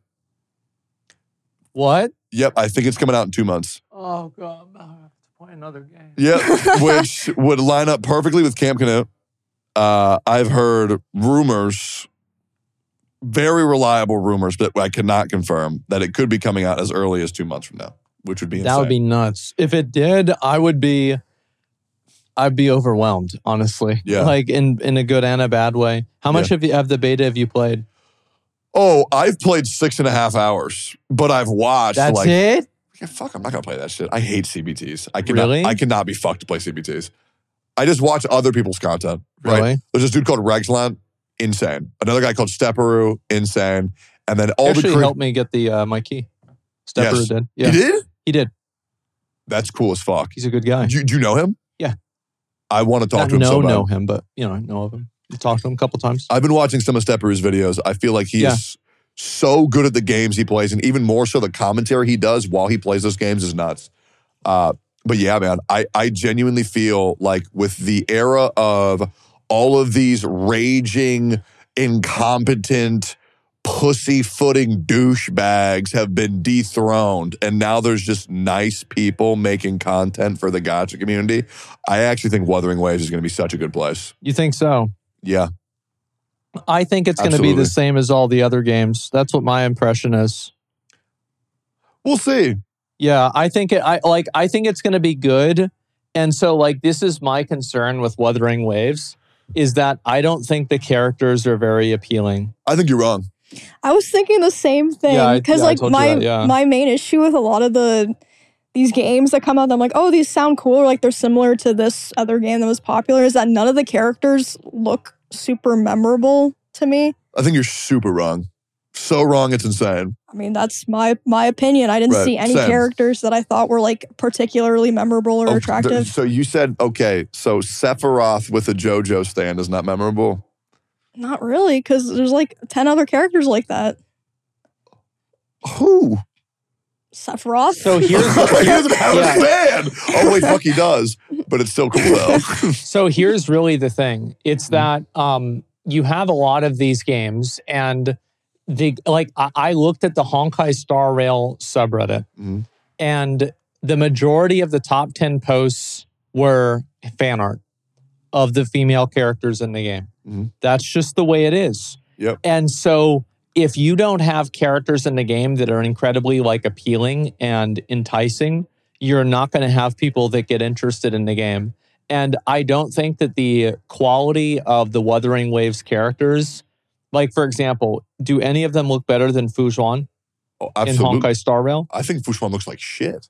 C: What?
B: Yep, I think it's coming out in two months.
C: Oh god, I have to play another game. <laughs>
B: Yep, which would line up perfectly with Camp Canoe. Uh, I've heard rumors, very reliable rumors, but I cannot confirm that it could be coming out as early as two months from now, which would be insane.
C: That would be nuts. If it did, I would be I'd be overwhelmed, honestly.
B: Yeah.
C: Like in in a good and a bad way. How much have you have the beta have you played?
B: oh, I've played six and a half hours, but I've watched
C: That's
B: like
C: it?
B: Yeah, fuck, I'm not gonna play that shit. I hate CBTs. I cannot,
C: Really?
B: I cannot be fucked to play CBTs. I just watch other people's content. Right?
C: Really?
B: There's this dude called Rexland, insane. Another guy called Stepperu, insane. And then all
C: Actually
B: the cre-
C: helped me get the uh, my key. Stepper
B: Yes.
C: did. Yeah.
B: He did?
C: He did.
B: That's cool as fuck.
C: He's a good guy.
B: Do you, do you know him?
C: Yeah.
B: I want to talk
C: Not
B: to him
C: know
B: so bad.
C: know him, but you know, I know of him. Talked to him a couple times.
B: I've been watching some of Stepperu's videos. I feel like he's
C: Yeah.
B: so good at the games he plays, and even more so the commentary he does while he plays those games is nuts. Uh, but yeah, man, I, I genuinely feel like with the era of all of these raging, incompetent, pussyfooting douchebags have been dethroned, and now there's just nice people making content for the gotcha community. I actually think Wuthering Waves is going to be such a good place.
C: You think so?
B: Yeah,
C: I think it's going to be
B: Absolutely.
C: the same as all the other games. That's what my impression is.
B: we'll see.
C: Yeah, I think it. I like. I think it's going to be good. And so, like, this is my concern with Wuthering Waves is that I don't think the characters are very appealing.
B: I think you're wrong.
A: I was thinking the same
C: Yeah, I-
A: thing because
C: yeah, I
A: like
C: told you
A: my
C: that, yeah.
A: my main issue with a lot of the these games that come out, that I'm like, oh, these sound cool, or like they're similar to this other game that was popular. Is that none of the characters look super memorable to me?
B: I think you're super wrong. So wrong, it's insane.
A: I mean, that's my my opinion. I didn't
B: Right,
A: see any
B: same.
A: characters that I thought were like particularly memorable or
B: Oh, th-
A: attractive.
B: so you said okay. So Sephiroth with a JoJo stand is not memorable.
A: Not really, because there's like ten other characters like that.
B: Who?
A: Sephiroth.
B: <laughs>
C: So here's
B: he doesn't have
C: Yeah.
B: a stand. Oh wait, fuck, he does. But it's still cool
C: <laughs>
B: though.
C: so here's really the thing it's that um, you have a lot of these games and the like I, I looked at the honkai star rail subreddit
B: Mhm.
C: and the majority of the top 10 posts were fan art of the female characters in the game
B: Mhm.
C: that's just the way it is
B: Yep.
C: and so if you don't have characters in the game that are incredibly like appealing and enticing you're not going to have people that get interested in the game and I don't think that the quality of the Wuthering Waves characters, like for example, do any of them look better than Fujuan
B: Oh,
C: in
B: absolutely.
C: Honkai Star <laughs> Rail?
B: I think Fushman looks like shit.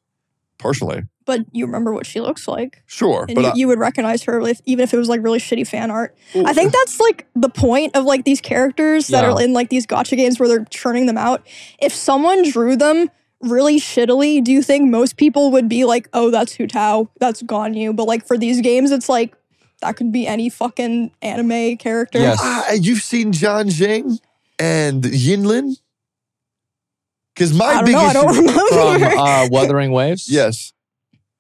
B: Personally,
A: but you remember what she looks like,
B: sure,
A: and
B: but
A: you,
B: I,
A: you would recognize her if, even if it was like really shitty fan art.
B: well,
A: I think that's like the point of like these characters that
C: Yeah.
A: are in like these gotcha games where they're churning them out. If someone drew them really shittily, do you think most people would be like, oh, that's Hu Tao, that's Ganyu? But like for these games, it's like that could be any fucking anime character.
C: Yes.
B: Ah, you've seen John Jing and Yinlin. Because my
A: I don't know.
B: biggest
A: I don't <laughs>
C: From
A: remember.
C: uh, Wuthering Waves?
B: <laughs> yes,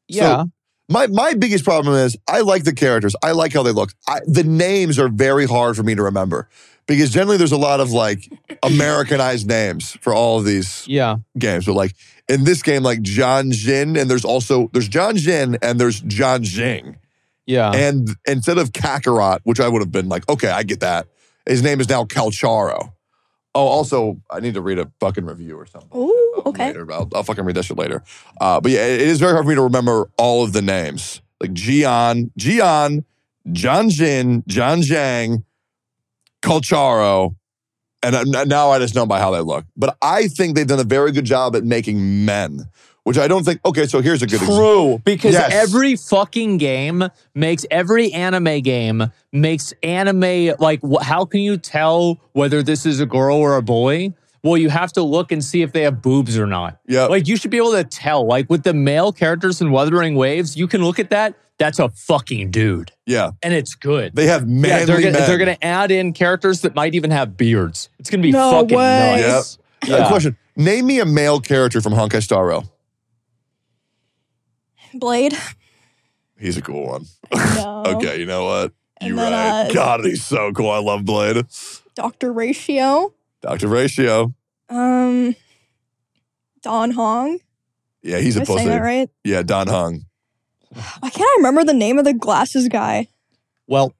C: Yeah.
B: My my biggest problem is I like the characters. I like how they look. I, the names are very hard for me to remember because generally there's a lot of like Americanized names for all of these
C: yeah.
B: games. But like in this game, like John Jin, and there's also there's John Jin and there's John Jing.
C: Yeah.
B: And instead of Kakarot, which I would have been like, okay, I get that. His name is now Calcharo. Oh, also, I need to read a fucking review or something.
A: <laughs> Ooh, okay.
B: uh, Later. I'll, I'll fucking read that shit later. Uh, but yeah, it it is very hard for me to remember all of the names. Like Gian, Gian, John Jin, John Zhang, Colcharo. And I, now I just know by how they look. But I think they've done a very good job at making men, which I don't think. Okay, so here's a good example.
C: True, because
B: Yes.
C: every fucking game makes every anime game makes anime like wh- how can you tell whether this is a girl or a boy? Well, you have to look and see if they have boobs or not.
B: Yep.
C: like you should be able to tell. Like with the male characters in Wuthering Waves, you can look at that. That's a fucking dude,
B: Yeah,
C: and it's good.
B: they have manly
C: yeah, they're gonna,
B: men.
C: they're gonna add in characters that might even have beards. It's gonna be
A: No
C: fucking
A: way.
C: nuts.
B: Uh,
C: Yeah.
B: question. Name me a male character from Honkai Star Rail. <laughs>
A: Blade.
B: He's a cool one.
A: No.
C: Oh.
B: Okay, you know what?
A: And
B: You're
A: then,
B: right.
A: uh,
B: God, he's so cool. I love Blade.
A: Doctor Ratio.
B: Dr. Ratio.
A: Um. Don Hong.
B: Yeah, he's
A: Am
B: a
A: I saying
B: pussy.
A: that right?
B: Yeah, Don Hung.
A: Why can't I remember the name of the glasses guy?
C: Well,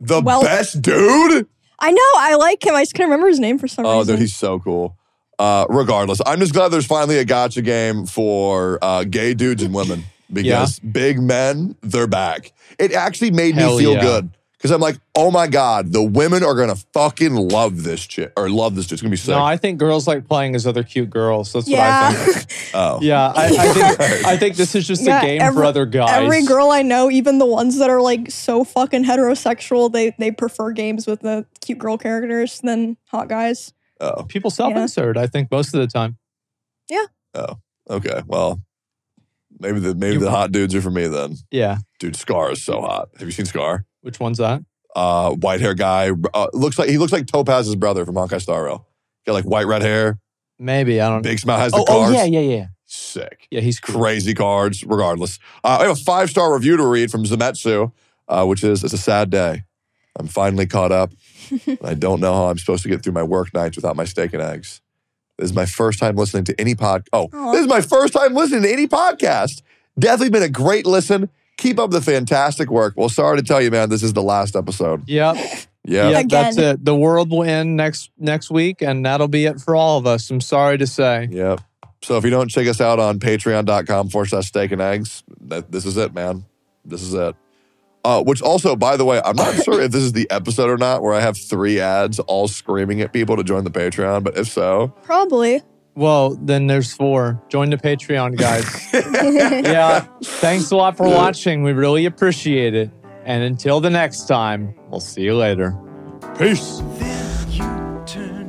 B: The
A: Well-
B: best dude?
A: I know. I like him. I just couldn't remember his name for some
B: Oh,
A: reason.
B: dude, he's so cool. Uh, regardless, I'm just glad there's finally a gotcha game for uh, gay dudes and
C: <laughs>
B: women because big men, they're back. It actually made
C: Hell
B: me feel
C: yeah.
B: good because I'm like, oh my God, the women are going to fucking love this shit or love this dude. It's going to be sick.
C: no, I think girls like playing as other cute girls. That's what I think.
A: yeah.
B: <laughs> oh.
C: Yeah, I, I think I think this is just
A: Yeah,
C: a game
A: every-
C: for other guys.
A: <laughs> Every girl I know, even the ones that are like so fucking heterosexual, they they prefer games with the cute girl characters than hot guys.
B: Oh,
C: people self-insert. I think most of the time.
B: okay. Well, maybe the maybe
C: You-
B: the hot dudes are for me then.
C: Yeah,
B: Dude, Scar is so hot. Have you seen Scar?
C: which one's that?
B: Uh, white hair guy. Uh, looks like he looks like Topaz's brother from Honkai Star Rail. Got like white red hair,
C: Maybe I don't.
B: big smile, has the
C: oh, oh
B: cards.
C: yeah, yeah, yeah,
B: Sick,
C: yeah. He's cool.
B: crazy cards. Regardless, uh, I have a five star review to read from Zemetsu, uh, which is it's a sad day. I'm finally caught up. and I don't know how I'm supposed to get through my work nights without my steak and eggs. This is my first time listening to any pod. Oh,
A: Aw.
B: this is my first time listening to any podcast. Definitely been a great listen. Keep up the fantastic work. Well, sorry to tell you, man, this is the last episode.
C: Yep.
B: Yeah.
C: Yep. That's
A: Again.
C: it. The world will end next next week, and that'll be it for all of us. I'm sorry to say.
B: Yep. So if you don't check us out on patreon.com forward slash steak and eggs, that, this is it, man. This is it. Uh, which also, by the way, I'm not sure if this is the episode or not where I have three ads all screaming at people to join the Patreon, but if so,
A: Probably. <laughs>
C: Well, then there's four. Join the Patreon, <laughs> guys. yeah. Thanks a lot for watching. We really appreciate it. And until the next time, we'll see you later. Peace.
F: Then you turn